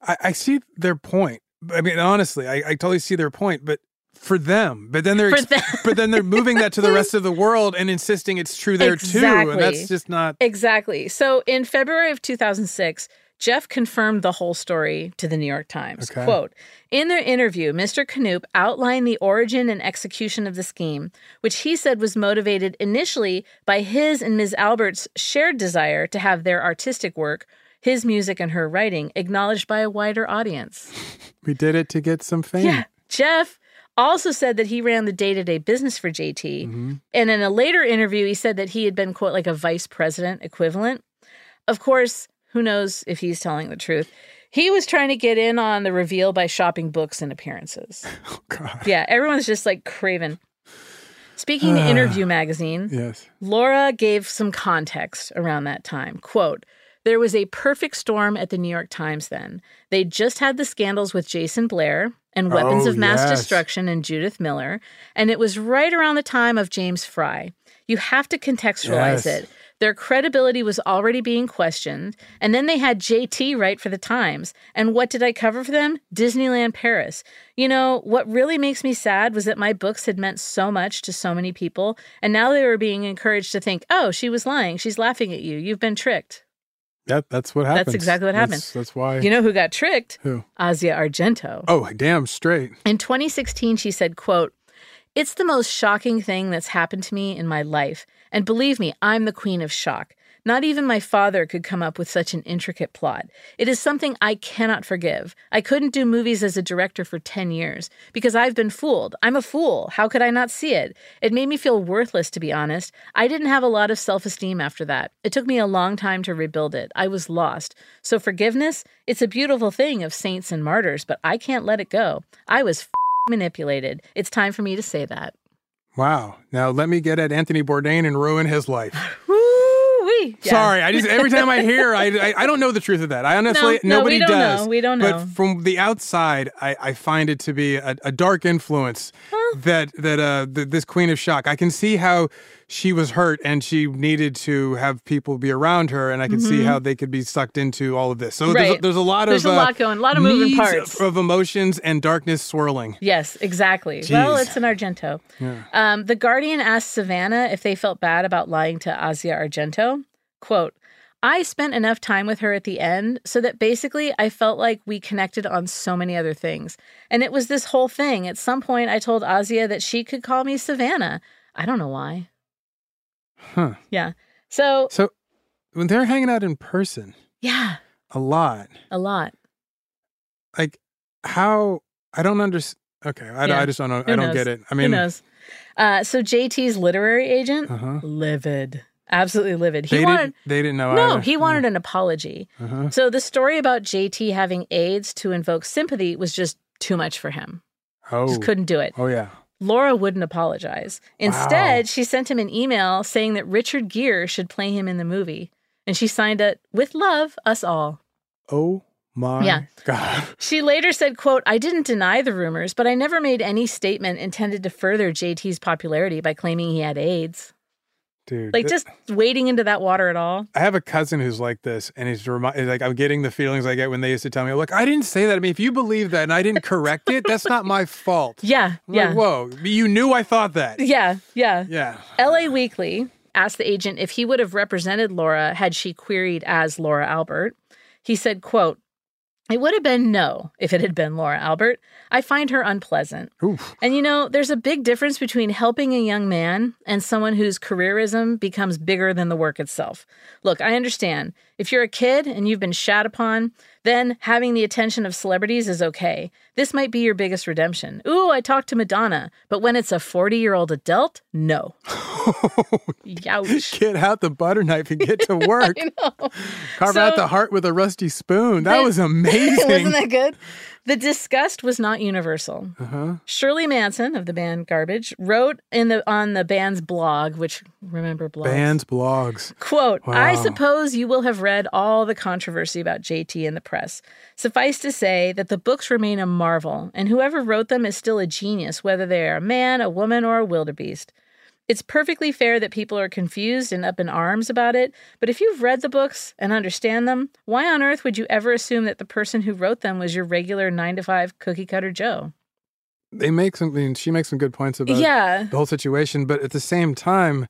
[SPEAKER 2] I, I see their point. I mean, honestly, I, I totally see their point, but for them, but then they're
[SPEAKER 7] For
[SPEAKER 2] ex- but then they're moving that to the rest
[SPEAKER 7] [laughs]
[SPEAKER 2] of the world and insisting it's true there too, and
[SPEAKER 7] Exactly.
[SPEAKER 2] that's just not.
[SPEAKER 7] Exactly. So in February of 2006, Jeff confirmed the whole story to the New York Times.
[SPEAKER 8] Okay.
[SPEAKER 7] Quote In their interview, Mr. Knoop outlined the origin and execution of the scheme, which he said was motivated initially by his and Ms. Albert's shared desire to have their artistic work, his music and her writing, acknowledged by a wider audience.
[SPEAKER 2] We did it to get some fame. [laughs]
[SPEAKER 7] Yeah. Jeff also said that he ran the day to day business for JT. And in a later interview, he said that he had been, quote, like a vice president equivalent. Of course, who knows if he's telling the truth. He was trying to get in on the reveal by shopping books and appearances. Oh, God. Yeah, everyone's just like craven. Speaking to
[SPEAKER 8] Ah.
[SPEAKER 7] Interview Magazine,
[SPEAKER 2] Yes.
[SPEAKER 7] Laura gave some context around that time. Quote, there was a perfect storm at the New York Times then. They just had the scandals with Jason Blair and weapons
[SPEAKER 8] Oh,
[SPEAKER 7] of mass
[SPEAKER 8] yes.
[SPEAKER 7] destruction and Judith Miller, and it was right around the time of James Fry. You have to contextualize
[SPEAKER 8] Yes.
[SPEAKER 7] it. Their credibility was already being questioned, and then they had JT write for the Times. And what did I cover for them? Disneyland Paris. You know, what really makes me sad was that my books had meant so much to so many people, and now they were being encouraged to think, "Oh, she was lying. She's laughing at you. You've been tricked."
[SPEAKER 2] That, that's what happened.
[SPEAKER 7] That's exactly what happened.
[SPEAKER 2] That's, that's why.
[SPEAKER 7] You know who got tricked?
[SPEAKER 2] Who?
[SPEAKER 7] Asia Argento.
[SPEAKER 2] Oh, damn straight.
[SPEAKER 7] In 2016, she said, quote, It's the most shocking thing that's happened to me in my life, And believe me, I'm the queen of shock. Not even my father could come up with such an intricate plot. It is something I cannot forgive. I couldn't do movies as a director for 10 years because I've been fooled. I'm a fool. How could I not see it? It made me feel worthless, to be honest. I didn't have a lot of self esteem after that. It took me a long time to rebuild it. I was lost. So, forgiveness, it's a beautiful thing of saints and martyrs, but I can't let it go. I was f- manipulated. It's time for me to say that.
[SPEAKER 2] Wow. Now let me get at Anthony Bourdain and ruin his life.
[SPEAKER 7] Woo-wee. Yeah.
[SPEAKER 2] Sorry, I just every time
[SPEAKER 7] [laughs]
[SPEAKER 2] I hear, I, I I don't know the truth of that. I honestly
[SPEAKER 7] No, no,
[SPEAKER 2] nobody
[SPEAKER 7] we don't
[SPEAKER 2] does.
[SPEAKER 7] know. We don't know.
[SPEAKER 2] But from the outside, I, I find it to be a, a dark influence that that uh th- this Queen of Shock. I can see how she was hurt and she needed to have people be around her, and I can see
[SPEAKER 7] Mhm.
[SPEAKER 2] how they could be sucked into all of this. So there's, a,
[SPEAKER 7] Right.
[SPEAKER 2] there's a lot
[SPEAKER 7] There's
[SPEAKER 2] of
[SPEAKER 7] a
[SPEAKER 2] uh,
[SPEAKER 7] lot going- a lot of moving
[SPEAKER 2] needs
[SPEAKER 7] parts.
[SPEAKER 2] of emotions and darkness swirling.
[SPEAKER 7] Yes, exactly. Well,
[SPEAKER 2] Jeez.
[SPEAKER 7] it's an Argento.
[SPEAKER 2] Yeah.
[SPEAKER 7] Um, the Guardian asked Savannah if they felt bad about lying to Asia Argento. Quote, I spent enough time with her at the end so that basically I felt like we connected on so many other things. And it was this whole thing. At some point, I told Asia that she could call me Savannah. I don't know why.
[SPEAKER 2] Huh.
[SPEAKER 7] Yeah. So,
[SPEAKER 2] So when they're hanging out in person
[SPEAKER 7] yeah,
[SPEAKER 2] a lot.
[SPEAKER 7] a lot.
[SPEAKER 2] like how I don't understand. Okay, I,
[SPEAKER 7] Yeah.
[SPEAKER 2] I just don't know.
[SPEAKER 7] Who
[SPEAKER 2] I don't
[SPEAKER 7] knows?
[SPEAKER 2] get it. I
[SPEAKER 7] Who
[SPEAKER 2] mean,
[SPEAKER 7] knows? Uh, so, JT's literary agent,
[SPEAKER 2] Uh-huh.
[SPEAKER 7] livid, absolutely livid. He
[SPEAKER 2] they
[SPEAKER 7] wanted.
[SPEAKER 2] didn't. They didn't know.
[SPEAKER 7] No,
[SPEAKER 2] either.
[SPEAKER 7] he wanted an apology.
[SPEAKER 2] Uh-huh.
[SPEAKER 7] So the story about JT having AIDS to invoke sympathy was just too much for him.
[SPEAKER 2] oh,
[SPEAKER 7] Just couldn't do it.
[SPEAKER 2] Oh yeah.
[SPEAKER 7] Laura wouldn't apologize. Instead, she sent him an email saying that Richard Gere should play him in the movie. And she signed it with love, us all.
[SPEAKER 2] Oh my [laughs]
[SPEAKER 7] Yeah.
[SPEAKER 2] god.
[SPEAKER 7] She later said, quote, I didn't deny the rumors, but I never made any statement intended to further JT's popularity by claiming he had AIDS.
[SPEAKER 2] Dude.
[SPEAKER 7] Like
[SPEAKER 2] th-
[SPEAKER 7] just wading into that water at all.
[SPEAKER 2] I have a cousin who's like this, and he's remi- like, I'm getting the feelings I get when they used to tell me, "Look, I didn't say that. I mean, if you believe that and I didn't correct it, that's not my fault."
[SPEAKER 7] [laughs] Yeah.
[SPEAKER 2] I'm
[SPEAKER 7] yeah.
[SPEAKER 2] Like, Whoa, you knew I thought that.
[SPEAKER 7] Yeah, yeah.
[SPEAKER 2] Yeah.
[SPEAKER 7] LA Weekly asked the agent if he would have represented Laura had she queried as Laura Albert. He said, quote, it would have been no if it had been Laura Albert. I find her unpleasant. And you know, there's a big difference between helping a young man and someone whose careerism becomes bigger than the work itself. Look, I understand. If you're a kid and you've been shat upon, then having the attention of celebrities is okay. This might be your biggest redemption. Ooh, I talked to Madonna. But when it's a 40 year old adult, no.
[SPEAKER 2] [laughs]
[SPEAKER 7] Youch.
[SPEAKER 2] Get out the butter knife and get
[SPEAKER 7] [laughs]
[SPEAKER 2] to work. Carve out
[SPEAKER 7] So-
[SPEAKER 2] the heart with a rusty spoon. That
[SPEAKER 7] The-
[SPEAKER 2] was amazing.
[SPEAKER 7] [laughs] Wasn't that good? The disgust was not universal.
[SPEAKER 2] Uh-huh.
[SPEAKER 7] Shirley Manson of the band Garbage wrote in the on the band's blog, which remember blogs.
[SPEAKER 2] Bands, blogs.
[SPEAKER 7] Quote, I
[SPEAKER 2] Wow.
[SPEAKER 7] suppose you will have read all the controversy about JT in the press. Suffice to say that the books remain a marvel, and whoever wrote them is still a genius, whether they are a man, a woman, or a wildebeest. It's perfectly fair that people are confused and up in arms about it, but if you've read the books and understand them, why on earth would you ever assume that the person who wrote them was your regular nine to five cookie cutter Joe?
[SPEAKER 2] they make some I mean, she makes some good points about
[SPEAKER 7] Yeah.
[SPEAKER 2] the whole situation but at the same time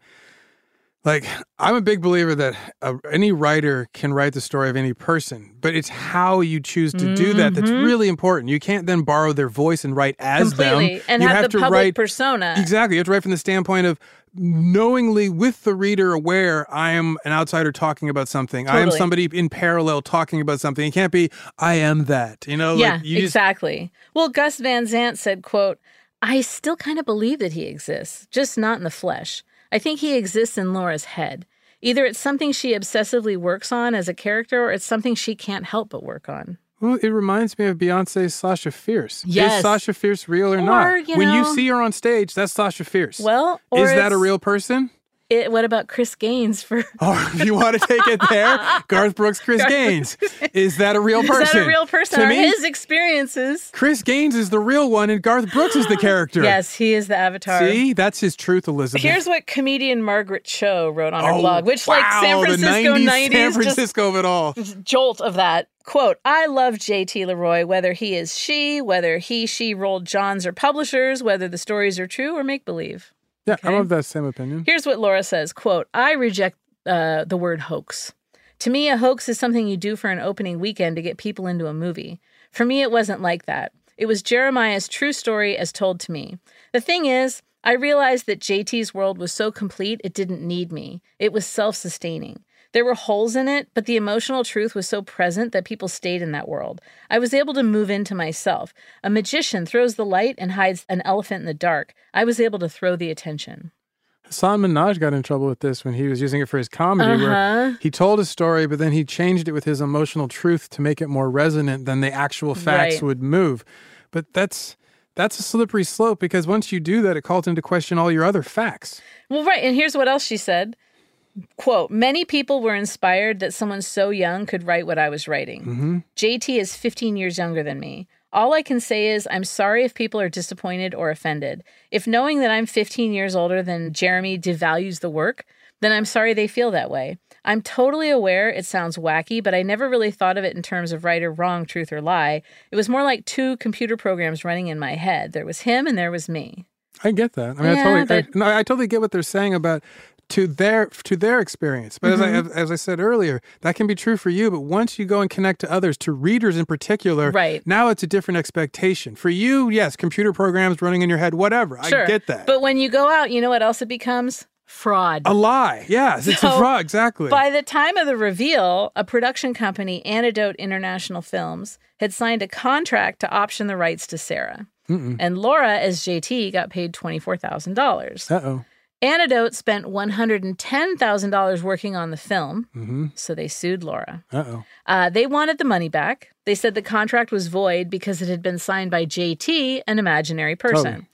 [SPEAKER 2] like i'm a big believer that uh, any writer can write the story of any person but it's how you choose to do that that's
[SPEAKER 7] Mhm.
[SPEAKER 2] really important you can't then borrow their voice and write as
[SPEAKER 7] Completely.
[SPEAKER 2] them
[SPEAKER 7] And
[SPEAKER 2] you
[SPEAKER 7] have, the
[SPEAKER 2] to
[SPEAKER 7] public
[SPEAKER 2] write
[SPEAKER 7] persona.
[SPEAKER 2] exactly you have to write from the standpoint of knowingly with the reader aware i am an outsider talking about something i am
[SPEAKER 7] Totally.
[SPEAKER 2] somebody in parallel talking about something it can't be i am that you know
[SPEAKER 7] yeah,
[SPEAKER 2] like you just
[SPEAKER 7] exactly. Well, Gus Van Zant said, quote, I still kind of believe that he exists, just not in the flesh. I think he exists in Laura's head. Either it's something she obsessively works on as a character or it's something she can't help but work on.
[SPEAKER 2] Well, it reminds me of Beyonce's Sasha Fierce.
[SPEAKER 7] Yes.
[SPEAKER 2] Is Sasha Fierce real or, not?
[SPEAKER 7] you
[SPEAKER 2] when you
[SPEAKER 7] know-
[SPEAKER 2] see her on stage, that's Sasha Fierce.
[SPEAKER 7] Well, or
[SPEAKER 2] is that a
[SPEAKER 7] it's-
[SPEAKER 2] real person?
[SPEAKER 7] It, what about Chris Gaines for [laughs]
[SPEAKER 2] Or if you want to take it there, Garth Brooks, Chris
[SPEAKER 7] Garth
[SPEAKER 2] Gaines. Is that a real person?
[SPEAKER 7] Is that a real person?
[SPEAKER 2] To
[SPEAKER 7] Are
[SPEAKER 2] me,
[SPEAKER 7] his experiences?
[SPEAKER 2] Chris Gaines is the real one and Garth Brooks
[SPEAKER 7] [gasps]
[SPEAKER 2] is the character.
[SPEAKER 7] Yes, he is the avatar.
[SPEAKER 2] See, that's his truth, Elizabeth.
[SPEAKER 7] Here's what comedian Margaret Cho wrote on her
[SPEAKER 2] Oh,
[SPEAKER 7] blog, which, like San
[SPEAKER 2] wow, the
[SPEAKER 7] Francisco
[SPEAKER 2] 90s,
[SPEAKER 7] 90s,
[SPEAKER 2] San
[SPEAKER 7] just
[SPEAKER 2] Francisco of it
[SPEAKER 7] [laughs]
[SPEAKER 2] all.
[SPEAKER 7] jolt of that quote i love jt leroy whether he is she whether he she rolled johns or publishers whether the stories are true or make believe
[SPEAKER 2] Yeah, I'm of that same opinion.
[SPEAKER 7] here's what laura says quote i reject uh, the word hoax to me a hoax is something you do for an opening weekend to get people into a movie for me it wasn't like that it was jeremiah's true story as told to me the thing is I realized that JT's world was so complete it didn't need me. It was self sustaining. There were holes in it, but the emotional truth was so present that people stayed in that world. I was able to move into myself. A magician throws the light and hides an elephant in the dark. I was able to throw the attention.
[SPEAKER 2] Hassan Minaj got in trouble with this when he was using it for his comedy,
[SPEAKER 7] Uh-huh.
[SPEAKER 2] where he told his story, but then he changed it with his emotional truth to make it more resonant than the actual facts
[SPEAKER 7] Right.
[SPEAKER 2] would move. But that's that's a slippery slope because once you do that, it calls into question all your other facts.
[SPEAKER 7] Well, right. And here's what else she said. Quote, many people were inspired that someone so young could write what I was writing.
[SPEAKER 2] Mm-hmm.
[SPEAKER 7] JT is 15 years younger than me. All I can say is I'm sorry if people are disappointed or offended. If knowing that I'm 15 years older than Jeremy devalues the work, then I'm sorry they feel that way. I'm totally aware it sounds wacky, but I never really thought of it in terms of right or wrong, truth or lie. It was more like two computer programs running in my head. There was him and there was me.
[SPEAKER 2] I get that. I mean,
[SPEAKER 7] Yeah,
[SPEAKER 2] I totally, I,
[SPEAKER 7] but-
[SPEAKER 2] no, I totally get what they're saying about to their to their experience. But as
[SPEAKER 7] Mhm.
[SPEAKER 2] I as I said earlier, that can be true for you. But once you go and connect to others, to readers in particular,
[SPEAKER 7] Right.
[SPEAKER 2] now it's a different expectation for you. Yes, computer programs running in your head, whatever. I get that.
[SPEAKER 7] But when you go out, you know what else it becomes? Fraud.
[SPEAKER 2] a lie. Yes, it's a
[SPEAKER 7] So,
[SPEAKER 2] fraud. Exactly.
[SPEAKER 7] By the time of the reveal, a production company, Antidote International Films, had signed a contract to option the rights to Sarah.
[SPEAKER 2] Mm-mm.
[SPEAKER 7] And Laura, as JT, got paid $24,000.
[SPEAKER 2] Uh oh.
[SPEAKER 7] Antidote spent $110,000 working on the film,
[SPEAKER 2] Mm-hmm.
[SPEAKER 7] so they sued Laura.
[SPEAKER 2] Uh oh.
[SPEAKER 7] Uh, they wanted the money back. They said the contract was void because it had been signed by JT, an imaginary person.
[SPEAKER 9] Totally.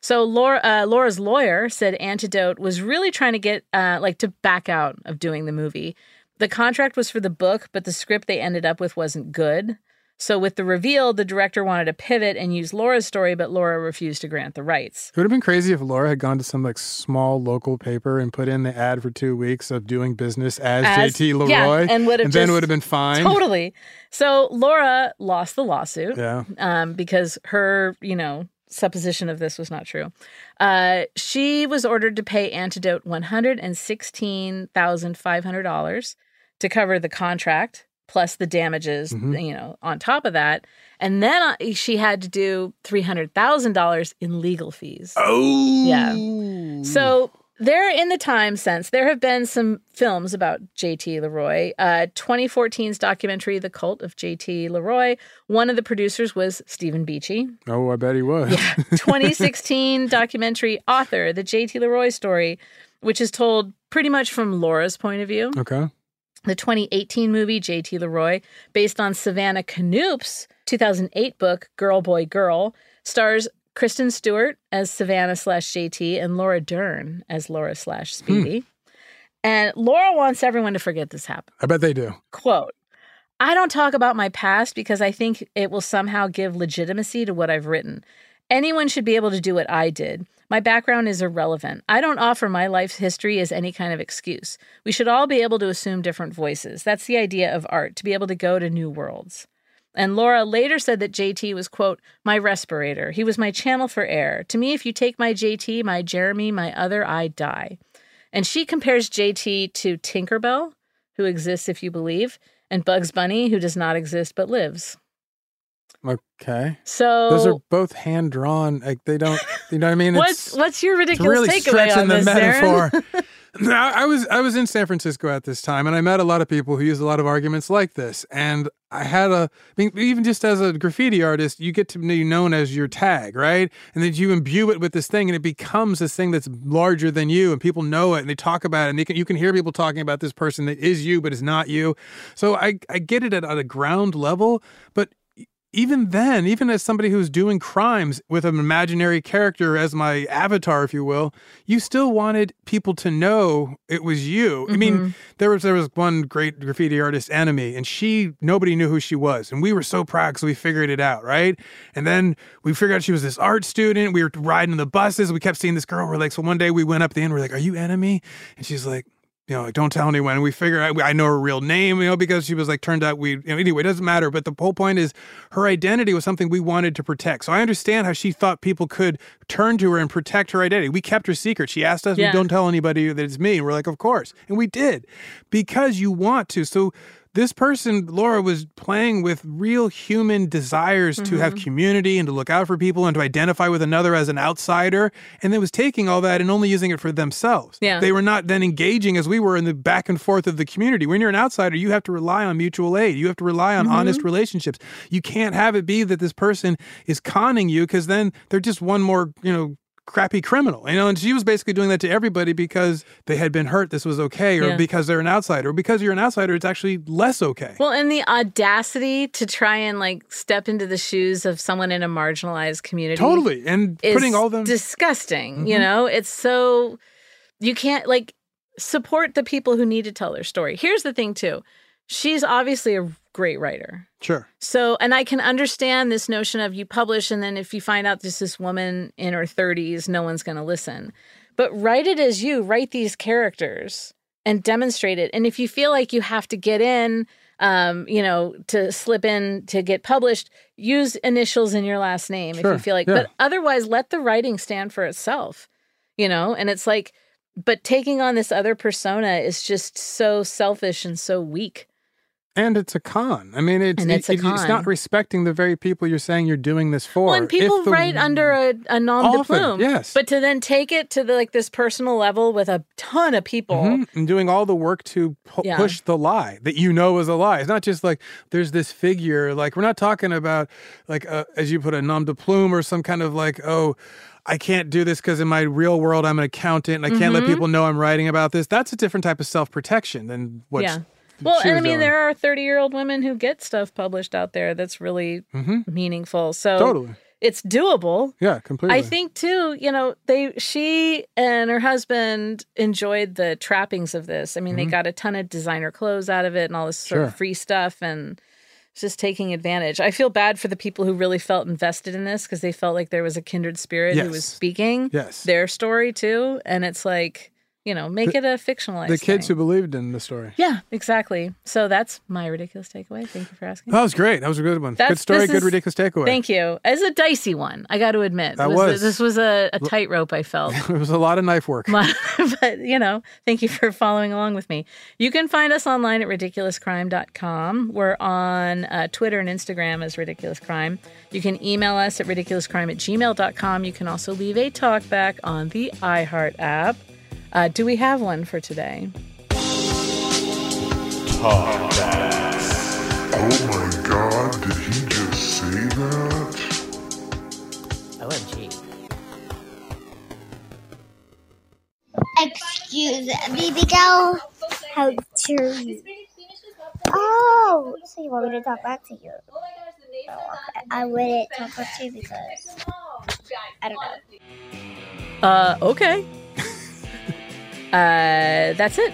[SPEAKER 7] So Laura, uh, Laura's lawyer said Antidote was really trying to get uh, like to back out of doing the movie. The contract was for the book, but the script they ended up with wasn't good. So with the reveal, the director wanted to pivot and use Laura's story, but Laura refused to grant the rights.
[SPEAKER 2] It would have been crazy if Laura had gone to some like small local paper and put in the ad for two weeks of doing business as,
[SPEAKER 7] As-
[SPEAKER 2] JT Leroy,
[SPEAKER 7] yeah, and would have
[SPEAKER 2] then
[SPEAKER 7] just-
[SPEAKER 2] would have been fine.
[SPEAKER 7] Totally. So Laura lost the lawsuit.
[SPEAKER 2] Yeah.
[SPEAKER 7] Um, because her, you know, supposition of this was not true. Uh, she was ordered to pay Antidote one hundred and sixteen thousand five hundred dollars to cover the contract plus the damages.
[SPEAKER 9] Mhm.
[SPEAKER 7] You know, on top of that, and then uh, she had to do three hundred thousand dollars in legal fees.
[SPEAKER 9] Oh.
[SPEAKER 7] yeah. So there, in the time since, there have been some films about J.T. Leroy. Uh, 2014's documentary, The Cult of J.T. Leroy. One of the producers was Stephen Beachy.
[SPEAKER 2] Oh, I bet he was. Yeah.
[SPEAKER 7] 2016 documentary author, The J.T. Leroy Story, which is told pretty much from Laura's point of view.
[SPEAKER 2] Okay.
[SPEAKER 7] The 2018 movie, J.T. Leroy, based on Savannah Knoop's 2008 book, Girl, Boy, Girl, stars Kristen Stewart as Savannah slash JT and Laura Dern as Laura slash Speedy. And Laura wants everyone to forget this happened
[SPEAKER 2] I bet they do.
[SPEAKER 7] quote i don't talk about my past because i think it will somehow give legitimacy to what i've written anyone should be able to do what i did my background is irrelevant i don't offer my life's history as any kind of excuse we should all be able to assume different voices that's the idea of art to be able to go to new worlds and Laura later said that JT was, quote, my respirator. He was my channel for air. To me, if you take my JT, my Jeremy, my other, I die. And she compares JT to Tinkerbell, who exists if you believe, and Bugs Bunny, who does not exist but lives.
[SPEAKER 2] Okay.
[SPEAKER 7] So
[SPEAKER 2] Those are both hand drawn. Like they don't. You know what I mean?
[SPEAKER 7] [laughs] what's
[SPEAKER 2] It's-
[SPEAKER 7] what's your
[SPEAKER 2] it's
[SPEAKER 7] ridiculous
[SPEAKER 2] really
[SPEAKER 7] takeaway
[SPEAKER 2] stretching
[SPEAKER 7] on
[SPEAKER 2] the
[SPEAKER 7] this,
[SPEAKER 2] metaphor.
[SPEAKER 7] [laughs] Aaron?
[SPEAKER 2] No, I was I was in San Francisco at this time, and I met a lot of people who use a lot of arguments like this. And I had a, I mean, even just as a graffiti artist, you get to be known as your tag, right? And then you imbue it with this thing, and it becomes this thing that's larger than you, and people know it, and they talk about it, and they can, you can hear people talking about this person that is you but is not you. So I I get it at, at a ground level, but even then, even as somebody who's doing crimes with an imaginary character as my avatar, if you will, you still wanted people to know it was you. I mean, there was there was one great graffiti artist, Enemy, and she nobody knew who she was, and we were so proud because we figured it out, right? And then we figured out she was this art student. We were riding the buses. We kept seeing this girl. We're like, so one day we went up the end. We're like, are you Enemy? And she's like you know, like, don't tell anyone. We figure out, I know her real name, you know, because she was like, turned out we, you know, anyway, it doesn't matter. But the whole point is her identity was something we wanted to protect. So I understand how she thought people could turn to her and protect her identity. We kept her secret. She asked us,
[SPEAKER 10] Yeah.
[SPEAKER 2] we don't tell anybody that it's me. And we're like, of course. And we did because you want to. So This person, Laura, was playing with real human desires to have community and to look out for people and to identify with another as an outsider. And then was taking all that and only using it for themselves.
[SPEAKER 7] Yeah.
[SPEAKER 2] They were not then engaging as we were in the back and forth of the community. When you're an outsider, you have to rely on mutual aid. You have to rely
[SPEAKER 7] Mm-hmm.
[SPEAKER 2] on honest relationships. You can't have it be that this person is conning you because then they're just one more, you know, crappy criminal. You know, and she was basically doing that to everybody because they had been hurt, this was okay, or
[SPEAKER 7] Yeah.
[SPEAKER 2] because they're an outsider, or because you're an outsider, it's actually less okay.
[SPEAKER 7] Well, and the audacity to try and like step into the shoes of someone in a marginalized community.
[SPEAKER 2] Totally. And
[SPEAKER 7] is
[SPEAKER 2] putting all them
[SPEAKER 7] disgusting, you
[SPEAKER 2] Mhm.
[SPEAKER 7] know? It's so you can't like support the people who need to tell their story. Here's the thing too. She's obviously a great writer.
[SPEAKER 2] Sure.
[SPEAKER 7] So, and I can understand this notion of you publish, and then if you find out this is woman in her 30s, no one's going to listen. But write it as you write these characters and demonstrate it. And if you feel like you have to get in, um, you know, to slip in to get published, use initials in your last name if
[SPEAKER 11] Sure,
[SPEAKER 7] you feel like.
[SPEAKER 11] yeah.
[SPEAKER 7] But otherwise, let the writing stand for itself, you know. And it's like, but taking on this other persona is just so selfish and so weak.
[SPEAKER 2] And it's a con. I mean, it's,
[SPEAKER 7] And it's
[SPEAKER 2] it-
[SPEAKER 7] a
[SPEAKER 2] it's
[SPEAKER 7] con.
[SPEAKER 2] not respecting the very people you're saying you're doing this for.
[SPEAKER 7] Well, and people
[SPEAKER 2] If the-
[SPEAKER 7] write under a, a nom de
[SPEAKER 2] Often,
[SPEAKER 7] plume.
[SPEAKER 2] yes.
[SPEAKER 7] But to then take it to the, like this personal level with a ton of people.
[SPEAKER 2] Mhm, and doing all the work to pu-
[SPEAKER 7] Yeah.
[SPEAKER 2] push the lie that you know is a lie. It's not just like there's this figure. Like we're not talking about like uh as you put a nom de plume or some kind of like oh. I can't do this because in my real world I'm an accountant and I can't let
[SPEAKER 7] Mhm.
[SPEAKER 2] people know I'm writing about this. That's a different type of self protection than what.
[SPEAKER 7] yeah. Well,
[SPEAKER 2] she
[SPEAKER 7] and I
[SPEAKER 2] was
[SPEAKER 7] mean,
[SPEAKER 2] doing.
[SPEAKER 7] there are 30 year old women who get stuff published out there that's really
[SPEAKER 2] Mhm.
[SPEAKER 7] meaningful. So
[SPEAKER 2] Totally.
[SPEAKER 7] it's doable.
[SPEAKER 2] Yeah, completely.
[SPEAKER 7] I think too, you know, they she and her husband enjoyed the trappings of this. I mean,
[SPEAKER 2] Mm-hmm.
[SPEAKER 7] they
[SPEAKER 11] Mhm.
[SPEAKER 7] got a ton of designer clothes out of it and all this sort of
[SPEAKER 11] Sure.
[SPEAKER 7] free stuff and it's just taking advantage. I feel bad for the people who really felt invested in this because they felt like there was a kindred spirit who was
[SPEAKER 2] Yes.
[SPEAKER 7] speaking
[SPEAKER 2] Yes.
[SPEAKER 7] their story too. And it's like, you know, make
[SPEAKER 2] The-
[SPEAKER 7] it a fictionalized
[SPEAKER 2] the kids
[SPEAKER 7] thing.
[SPEAKER 2] who believed in the story.
[SPEAKER 7] Yeah, exactly. So that's my ridiculous takeaway. Thank you for asking.
[SPEAKER 2] That was great. That was a good one. good
[SPEAKER 7] That's-
[SPEAKER 2] story.
[SPEAKER 7] this
[SPEAKER 2] Good
[SPEAKER 7] is-
[SPEAKER 2] ridiculous takeaway.
[SPEAKER 7] Thank you. It's a dicey one. I got to admit.
[SPEAKER 2] That
[SPEAKER 7] It
[SPEAKER 2] was.
[SPEAKER 7] this was a,
[SPEAKER 2] L-
[SPEAKER 7] a tightrope I
[SPEAKER 2] [laughs]
[SPEAKER 7] felt.
[SPEAKER 2] [laughs]
[SPEAKER 7] [laughs]
[SPEAKER 2] it was a lot of knife work.
[SPEAKER 7] My- but you know, thank you for following along with me. You can find us online at ridiculouscrime.com. We're on uh, Twitter and Instagram as Ridiculous Crime. You can email us at ridiculouscrime at gmail.com. You can also leave a talk back on the iHeart app. Uh, do we have one for today?
[SPEAKER 12] Oh my god, did he just say that?
[SPEAKER 13] OMG.
[SPEAKER 14] Excuse me, big girl. How dare you? Oh, so you want me to talk back to you? Oh, I wouldn't talk back to you because I don't know.
[SPEAKER 7] Uh, okay. uh, that's it.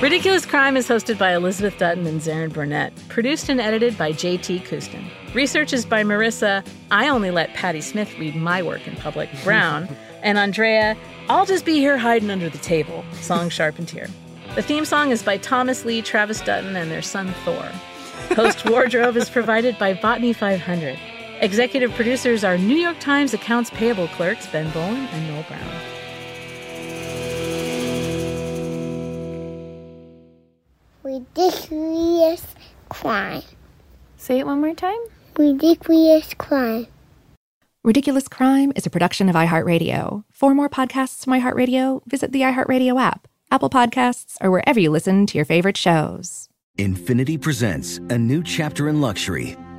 [SPEAKER 7] Ridiculous Crime is hosted by Elizabeth Dutton and Zarin Burnett, produced and edited by J.T. Kustin. Research is by Marissa, I only let Patty Smith read my work in public, Brown, and Andrea, I'll just be here hiding under the table, song Charpentier. The theme song is by Thomas Lee, Travis Dutton, and their son Thor. Post wardrobe is provided by Botany 500. Executive producers are New York Times accounts payable clerks Ben Bolin and Noel Brown.
[SPEAKER 14] Ridiculous crime.
[SPEAKER 4] Say it one more time.
[SPEAKER 14] Ridiculous crime.
[SPEAKER 4] Ridiculous Crime is a production of iHeartRadio. For more podcasts from iHeartRadio, visit the iHeartRadio app, Apple Podcasts, or wherever you listen to your favorite shows.
[SPEAKER 15] Infinity presents a new chapter in luxury,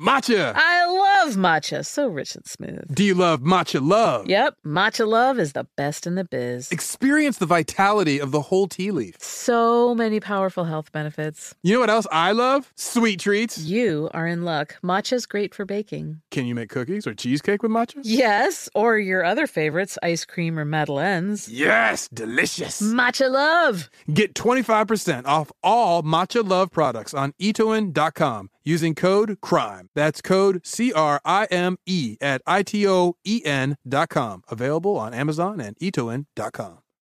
[SPEAKER 2] Matcha.
[SPEAKER 7] Ah. I love matcha. So rich and smooth.
[SPEAKER 2] Do you love matcha love?
[SPEAKER 7] Yep. Matcha love is the best in the biz.
[SPEAKER 2] Experience the vitality of the whole tea leaf.
[SPEAKER 7] So many powerful health benefits.
[SPEAKER 2] You know what else I love? Sweet treats.
[SPEAKER 7] You are in luck. Matcha's great for baking.
[SPEAKER 2] Can you make cookies or cheesecake with matcha?
[SPEAKER 7] Yes, or your other favorites, ice cream or madeleines.
[SPEAKER 2] Yes, delicious.
[SPEAKER 7] Matcha love.
[SPEAKER 2] Get 25% off all matcha love products on E itoin.com using code CRIME. That's code C R I M E at I T O E N dot com. Available on Amazon and etoin.com.